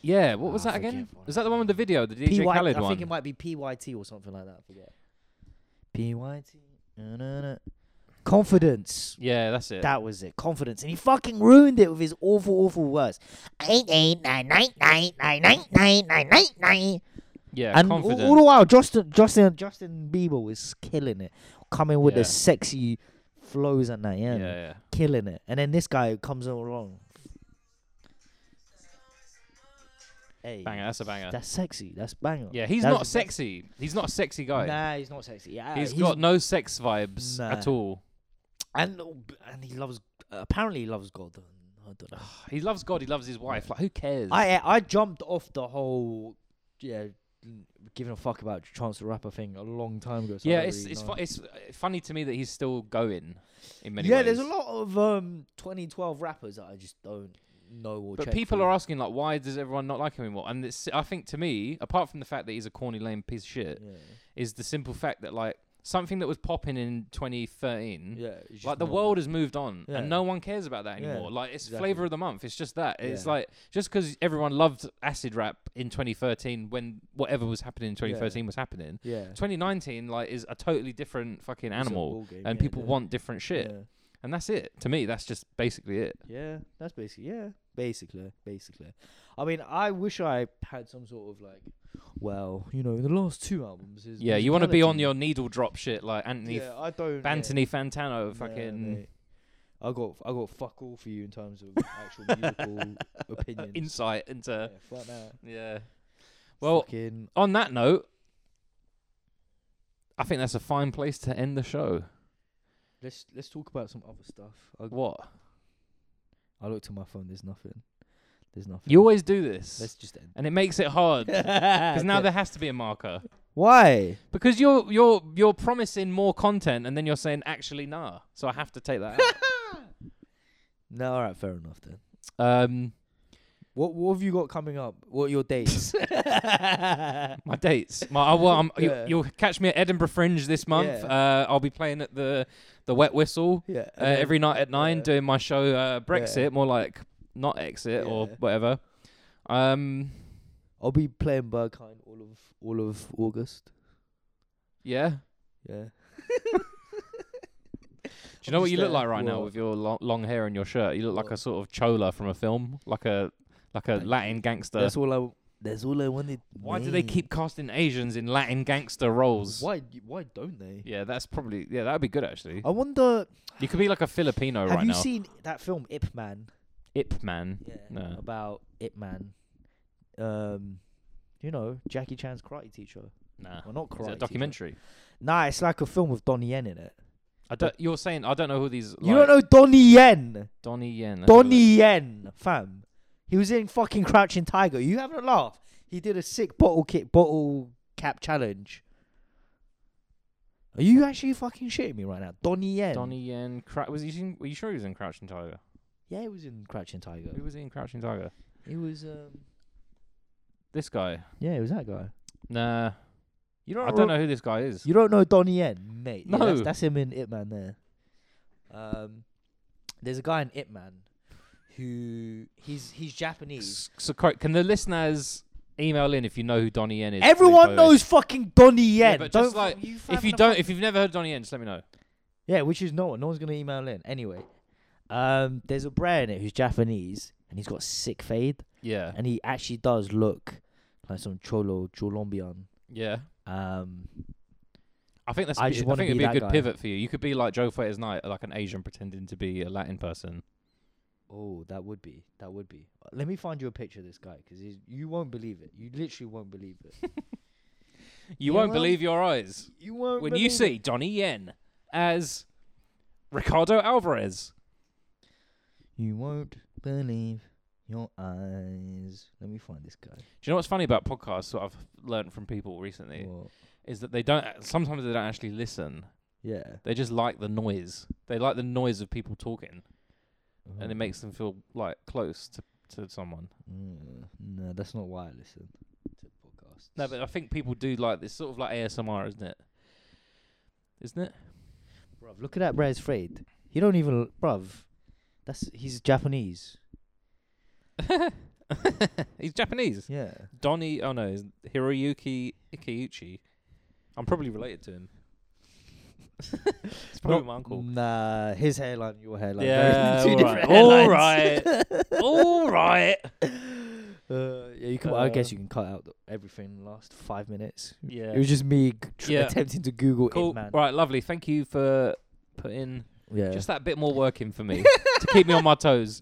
Yeah, what was
Ah,
that again?
forget what
Is that the one with the video, the DJ
PY I
Khaled
think
one?
it might be PYT or something like that. I forget. PYT. na-na-na. Confidence.
yeah, that's it.
That was it. Confidence. And he fucking ruined it with his awful, awful words.
eight eight nine nine nine nine nine nine nine nine nine.
yeah,
and all,
confident.
all the while, Justin, Justin, Justin Bieber was killing it. Coming with
Yeah.
the sexy flows and that, yeah.
yeah, yeah.
Killing it. And then this guy comes along. Hey.
Banger. That's a banger.
That's sexy. That's banger.
yeah, he's
That's-
not sexy. He's not a sexy guy.
Nah, he's not sexy. Yeah,
he's got no sex vibes
Nah.
at all.
and oh, and he loves apparently he loves God. I don't know.
He loves God. He loves his wife. Like, who cares?
I I jumped off the whole yeah n- giving a fuck about Chance the Rapper thing a long time ago. So I
yeah,
don't
it's
really
it's,
know.
fu- it's uh, funny to me that he's still going in many
yeah,
ways.
there's a lot of um 2012 rappers that I just don't know or.
But
check
people
for.
are asking like, why does everyone not like him anymore? And it's, I think to Mm. me, apart from the fact that he's a corny, lame piece of shit,
Yeah.
is the simple fact that like something that was popping in 2013.
Yeah, it's just
Like the
not-
world has moved on,
Yeah.
and no one cares about that
Yeah,
anymore. like it's
exactly.
flavor of the month. It's just that. It's
Yeah.
like just because everyone loved acid rap in 2013, when whatever was happening in 2013 was happening.
yeah,
2019 like is a totally different fucking
a
animal,
ballgame,
and
yeah,
people
yeah.
want different shit,
Yeah.
and that's it. To me, that's just basically it.
Yeah, that's basically yeah, basically, basically. I mean, I wish I had some sort of like, well, you know, the last two albums is
Yeah, you want to be on
musicality.
your needle drop shit like Anthony
yeah. I don't yeah.
Anthony Fantano
Nah,
fucking
mate. I got I got fuck all for you in terms of actual musical opinions.
insight
yeah,
into
fuck that.
yeah. Well,
Fucking-
on that note, I think that's a fine place to end the show.
let's let's talk about some other stuff. I,
What?
I looked at my phone. There's nothing. There's nothing.
You always do this,
let's just end.
and it makes it hard because now
Okay.
there has to be a marker.
why?
Because you're you're you're promising more content, and then you're saying actually nah. So I have to take that. out.
No, all right, fair enough then.
um,
What what have you got coming up? What are your dates?
my dates. My I, well, I'm,
Yeah.
you, will catch me at Edinburgh Fringe this month.
Yeah.
Uh, I'll be playing at the the Wet Whistle
Yeah.
uh, every night at nine,
yeah.
doing my show uh, Brexit, more like not exit or
Yeah.
whatever. Um,
I'll be playing Berghain all of all of August.
yeah.
Yeah.
Do you know what you look like right now
What?
with your lo- long hair and your shirt? You look like
What?
a sort of chola from a film, like a like a
Thank
Latin gangster.
That's all I. That's all I wanted.
uh, Why do they
mate.
keep casting Asians in Latin gangster roles?
Why? d- Why don't they?
Yeah, that's probably yeah, that'd be good actually.
I wonder.
You could be like a Filipino
Oh. have
Oh, right
you
now.
seen that film Ip Man?
Ip Man.
Yeah.
No.
About Ip Man. Um, you know Jackie Chan's karate teacher.
Nah.
Well, not
Is
karate.
it a
teacher.
documentary?
Nah, it's like a film with Donnie Yen in it.
I don't, you're saying I don't know who these like,
You don't know Donnie Yen.
Donnie Yen. let's have a
Donnie
look.
Yen, fam. He was in fucking Crouching Tiger. You having a laugh? He did a sick bottle kick, bottle cap challenge. Are you actually fucking shitting me right now? Donnie Yen.
Donnie Yen. Cra- was he in, were you sure he was in Crouching Tiger?
Yeah, he was in Crouching Tiger.
Who was he in Crouching Tiger?
He was. um
This guy.
Yeah, he was that guy.
Nah.
You
I don't know who this guy is.
You don't know Donnie Yen, mate. Yeah, that's,
No.
that's him in Ip Man there. Um, there's a guy in Ip Man who he's he's Japanese.
S- So cor- can the listeners email in if you know who Donnie Yen is? please, by
Everyone
the way?
knows fucking Donnie Yen.
Yeah, but
don't
just like
fuck- you
if
having
you
a
don't, if you've never heard Donnie Yen, just let me know.
Yeah, which is no one. No one's gonna email in anyway. Um, there's a Brer in it who's Japanese, and he's got sick fade,
Yeah.
and he actually does look like some cholo Cholombian.
Yeah.
Um,
I think that's.
I
I,
just
just I
wanna
think it'd be
be
a
that
good
guy.
pivot for you. You could be like Joe Fighters Night, like an Asian pretending to be a Latin person.
oh, that would be that would be. Uh, Let me find you a picture of this guy because you won't believe it. You literally won't believe it.
You
Yeah,
won't
well,
believe your eyes
you won't.
when you
believe
see Donnie Yen as Ricardo Alvarez.
it. you won't believe your eyes. Let me find this guy.
Do you know what's funny about podcasts? What I've learned from people recently
What?
is that they don't. Sometimes they don't actually listen.
Yeah,
They just like the noise. They like the noise of people talking, and it
Oh,
makes them feel like close to to someone.
mm, no, that's not why I listen to podcasts.
No, but I think people do like this sort of like ASMR, isn't it? Isn't it?
Bruv, look at that Brez Fade. He don't even bruv. That's he's Japanese.
He's Japanese.
Yeah.
Donny, oh no, is Hiroyuki Ikeuchi. I'm probably related to him. it's probably my uncle.
Nah, his hairline, your hairline.
Yeah,
two
all
different
right.
hairlines.
All right.
Uh, yeah, you can. I
Uh,
guess you can cut out the, everything in the last five minutes. It
Yeah.
was just me g- tr-
Yeah.
attempting to Google
Cool.
Ip Man.
Right, lovely. Thank you for putting
Yeah.
just that bit more work in for me to keep me on my toes.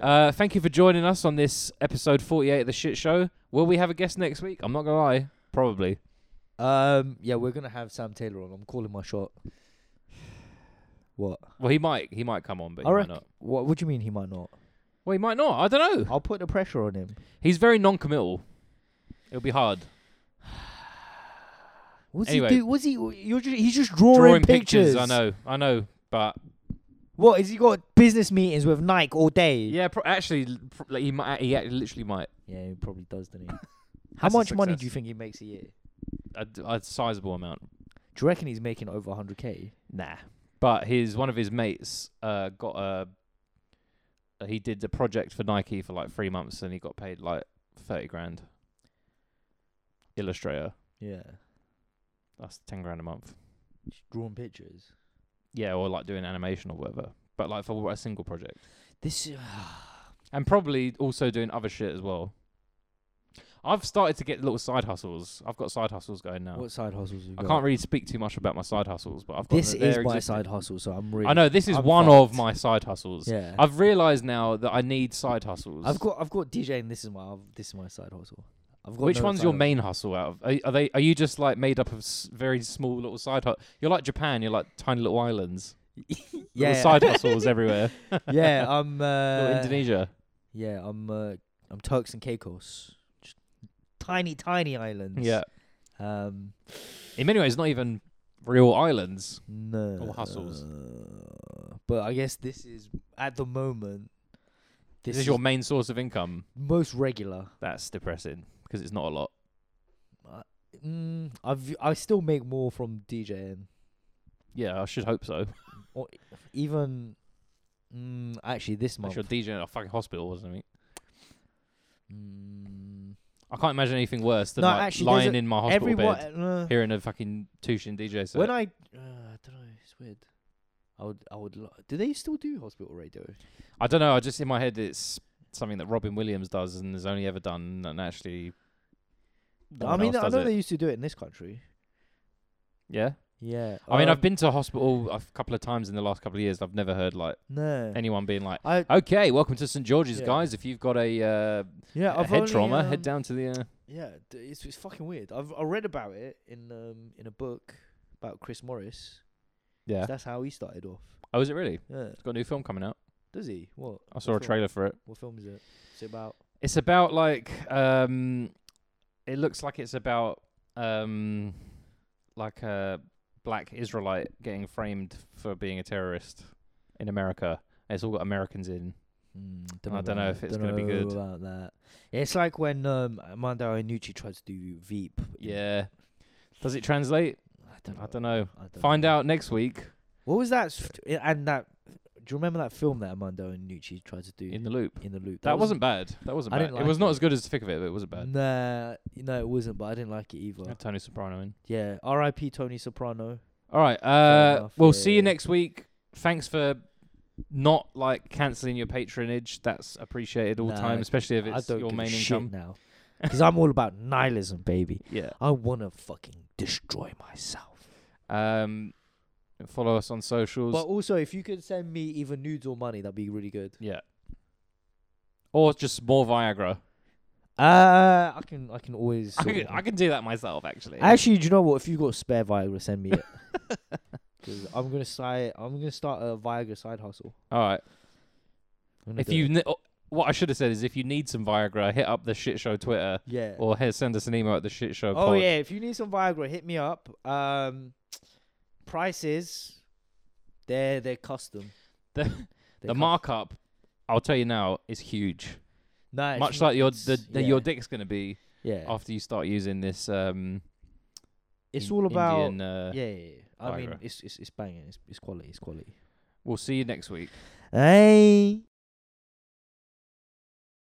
Uh, thank you for joining us on this episode 48 of The Shit Show. Will we have a guest next week? I'm not going to lie. Probably.
um. Yeah, we're gonna have Sam Taylor on. I'm calling my shot. What?
Well, he might. He might come on, but
I
he might
reckon.
not.
What? What do you mean he might not?
Well, he might not. I don't know.
I'll put the pressure on him.
He's very non-committal. It'll be hard.
What's
Anyway.
he do? What's he? You're just, he's just drawing,
Drawing
pictures.
pictures. I know. I know. But
What has he got? Business meetings with Nike all day.
yeah, pro- actually, l- pro- like, he might. He act- literally might.
yeah, he probably does, doesn't he? How
That's a
much money do
success.
you think he makes a year?
A, d- a sizable amount.
Do you reckon he's making over 100k?
Nah. But his one of his mates uh, got a. uh, He did a project for Nike for like three months, and he got paid like thirty grand. Illustrator,
Yeah.
that's ten grand a month.
Just drawing pictures.
Yeah, or like doing animation or whatever. But like for a single project,
This uh,
and probably also doing other shit as well. I've started to get little side hustles. I've got side hustles going now.
what side hustles? Have
I can't really speak too much about my side hustles, but I've got
This
they're
is my
existing.
side hustle, so I'm really.
I know this is
I'm
one
fucked.
of my side hustles.
Yeah.
I've realised now that I need side hustles.
I've got I've got DJ and this is my this is my side hustle. I've got
Which
no
one's
side
your
hustle.
main hustle out of? Are, are they? Are you just like made up of s- very small little side hustles? You're like Japan. You're like tiny little islands.
yeah,
Little side hustles everywhere.
yeah, I'm
Little
uh,
Indonesia.
Yeah, I'm uh, I'm Turks and Caicos. Just tiny tiny islands.
Yeah.
Um
In many ways, not even real islands.
no.
All hustles.
But I guess this is at the moment
This, is your main source of income.
most regular.
That's depressing because it's not a lot.
Mm, I've I still make more from DJing.
Yeah, I should hope so.
Even mm, actually this
Unless
month.
you're DJing at a fucking hospital or something.
Mm,
I can't imagine anything worse than
No,
like,
actually, there's
lying
a-
in my hospital
everyone
bed
uh,
hearing a fucking Tushin DJ set.
when I uh, I don't know, it's weird. I would I would lo- do they still do hospital radio?
I don't know. I just in my head it's something that Robin Williams does and has only ever done, and actually, no
I
one
mean
else
I
does
know
it.
they used to do it in this country.
yeah.
Yeah.
I mean,
um,
I've been to hospital a couple of times in the last couple of years. and I've never heard like
No.
anyone being like,
I
"Okay, welcome to St George's,
Yeah.
guys. If you've got a, uh,
yeah,
a
I've
head
only,
trauma,
um,
head down to the." Uh,
Yeah, d- it's it's fucking weird. I've I read about it in um in a book about Chris Morris.
yeah.
That's how he started off.
Oh, is it really?
Yeah.
It's got a new film coming out.
Does he? What?
I saw a
what film?
trailer for it.
What film is it? What's it about?
It's about like um, it looks like it's about um, like a black Israelite getting framed for being a terrorist in America. And It's all got Americans in. Hmm, I don't know
about
if
that.
it's
Don't
gonna be
know
good.
About that, it's like when um Amanda Iannucci tried to do Veep. in-
Yeah. Does it translate?
I don't. Know.
I don't know.
I don't
Find
know.
out next week
What was that? s- i- And that. Do you remember that film that Amanda Iannucci tried to do
in the loop.
in the loop?
That wasn't bad. That wasn't
I
bad.
didn't
it was
like
not
it.
as good as Thick of It, but it wasn't bad.
Nah, no, it wasn't. But I didn't like it either.
Had Tony Soprano in.
Yeah, R.I.P. Tony Soprano.
All right. Uh,
enough,
we'll
yeah,
see
yeah.
you next week. Thanks for not like cancelling your patronage. That's appreciated all
Nah,
time, especially if
I
it's
don't
your
give
main
a
income.
shit now, because I'm all about nihilism, baby.
Yeah.
I wanna fucking destroy myself.
Um, follow us on socials.
But also, if you could send me either nudes or money, that'd be really good.
yeah. Or just more Viagra.
Uh, I can, I can always.
I
sort
can,
of-
I can do that myself, actually.
Actually, do you know what? If you got spare Viagra, send me it. Because I'm gonna start. I'm gonna start a Viagra side hustle.
All right.
I'm gonna
If
do
you,
it.
ne- oh, what I should have said is, if you need some Viagra, hit up the shit show Twitter
yeah.
or he- send us an email at the shit show.
oh yeah. If you need some Viagra, hit me up. Um, prices, they're they're custom.
The- the
They're cus-
markup, I'll tell you now, is huge.
No, it's
Much
not-
like your
it's-
the, the-
yeah,
your dick's gonna be
Yeah.
after you start using this. Um,
it's
in-
all about.
Indian, uh,
yeah, yeah, yeah. I mean,
Viagra.
it's it's it's banging. It's it's quality. It's quality.
We'll see you next week.
Hey.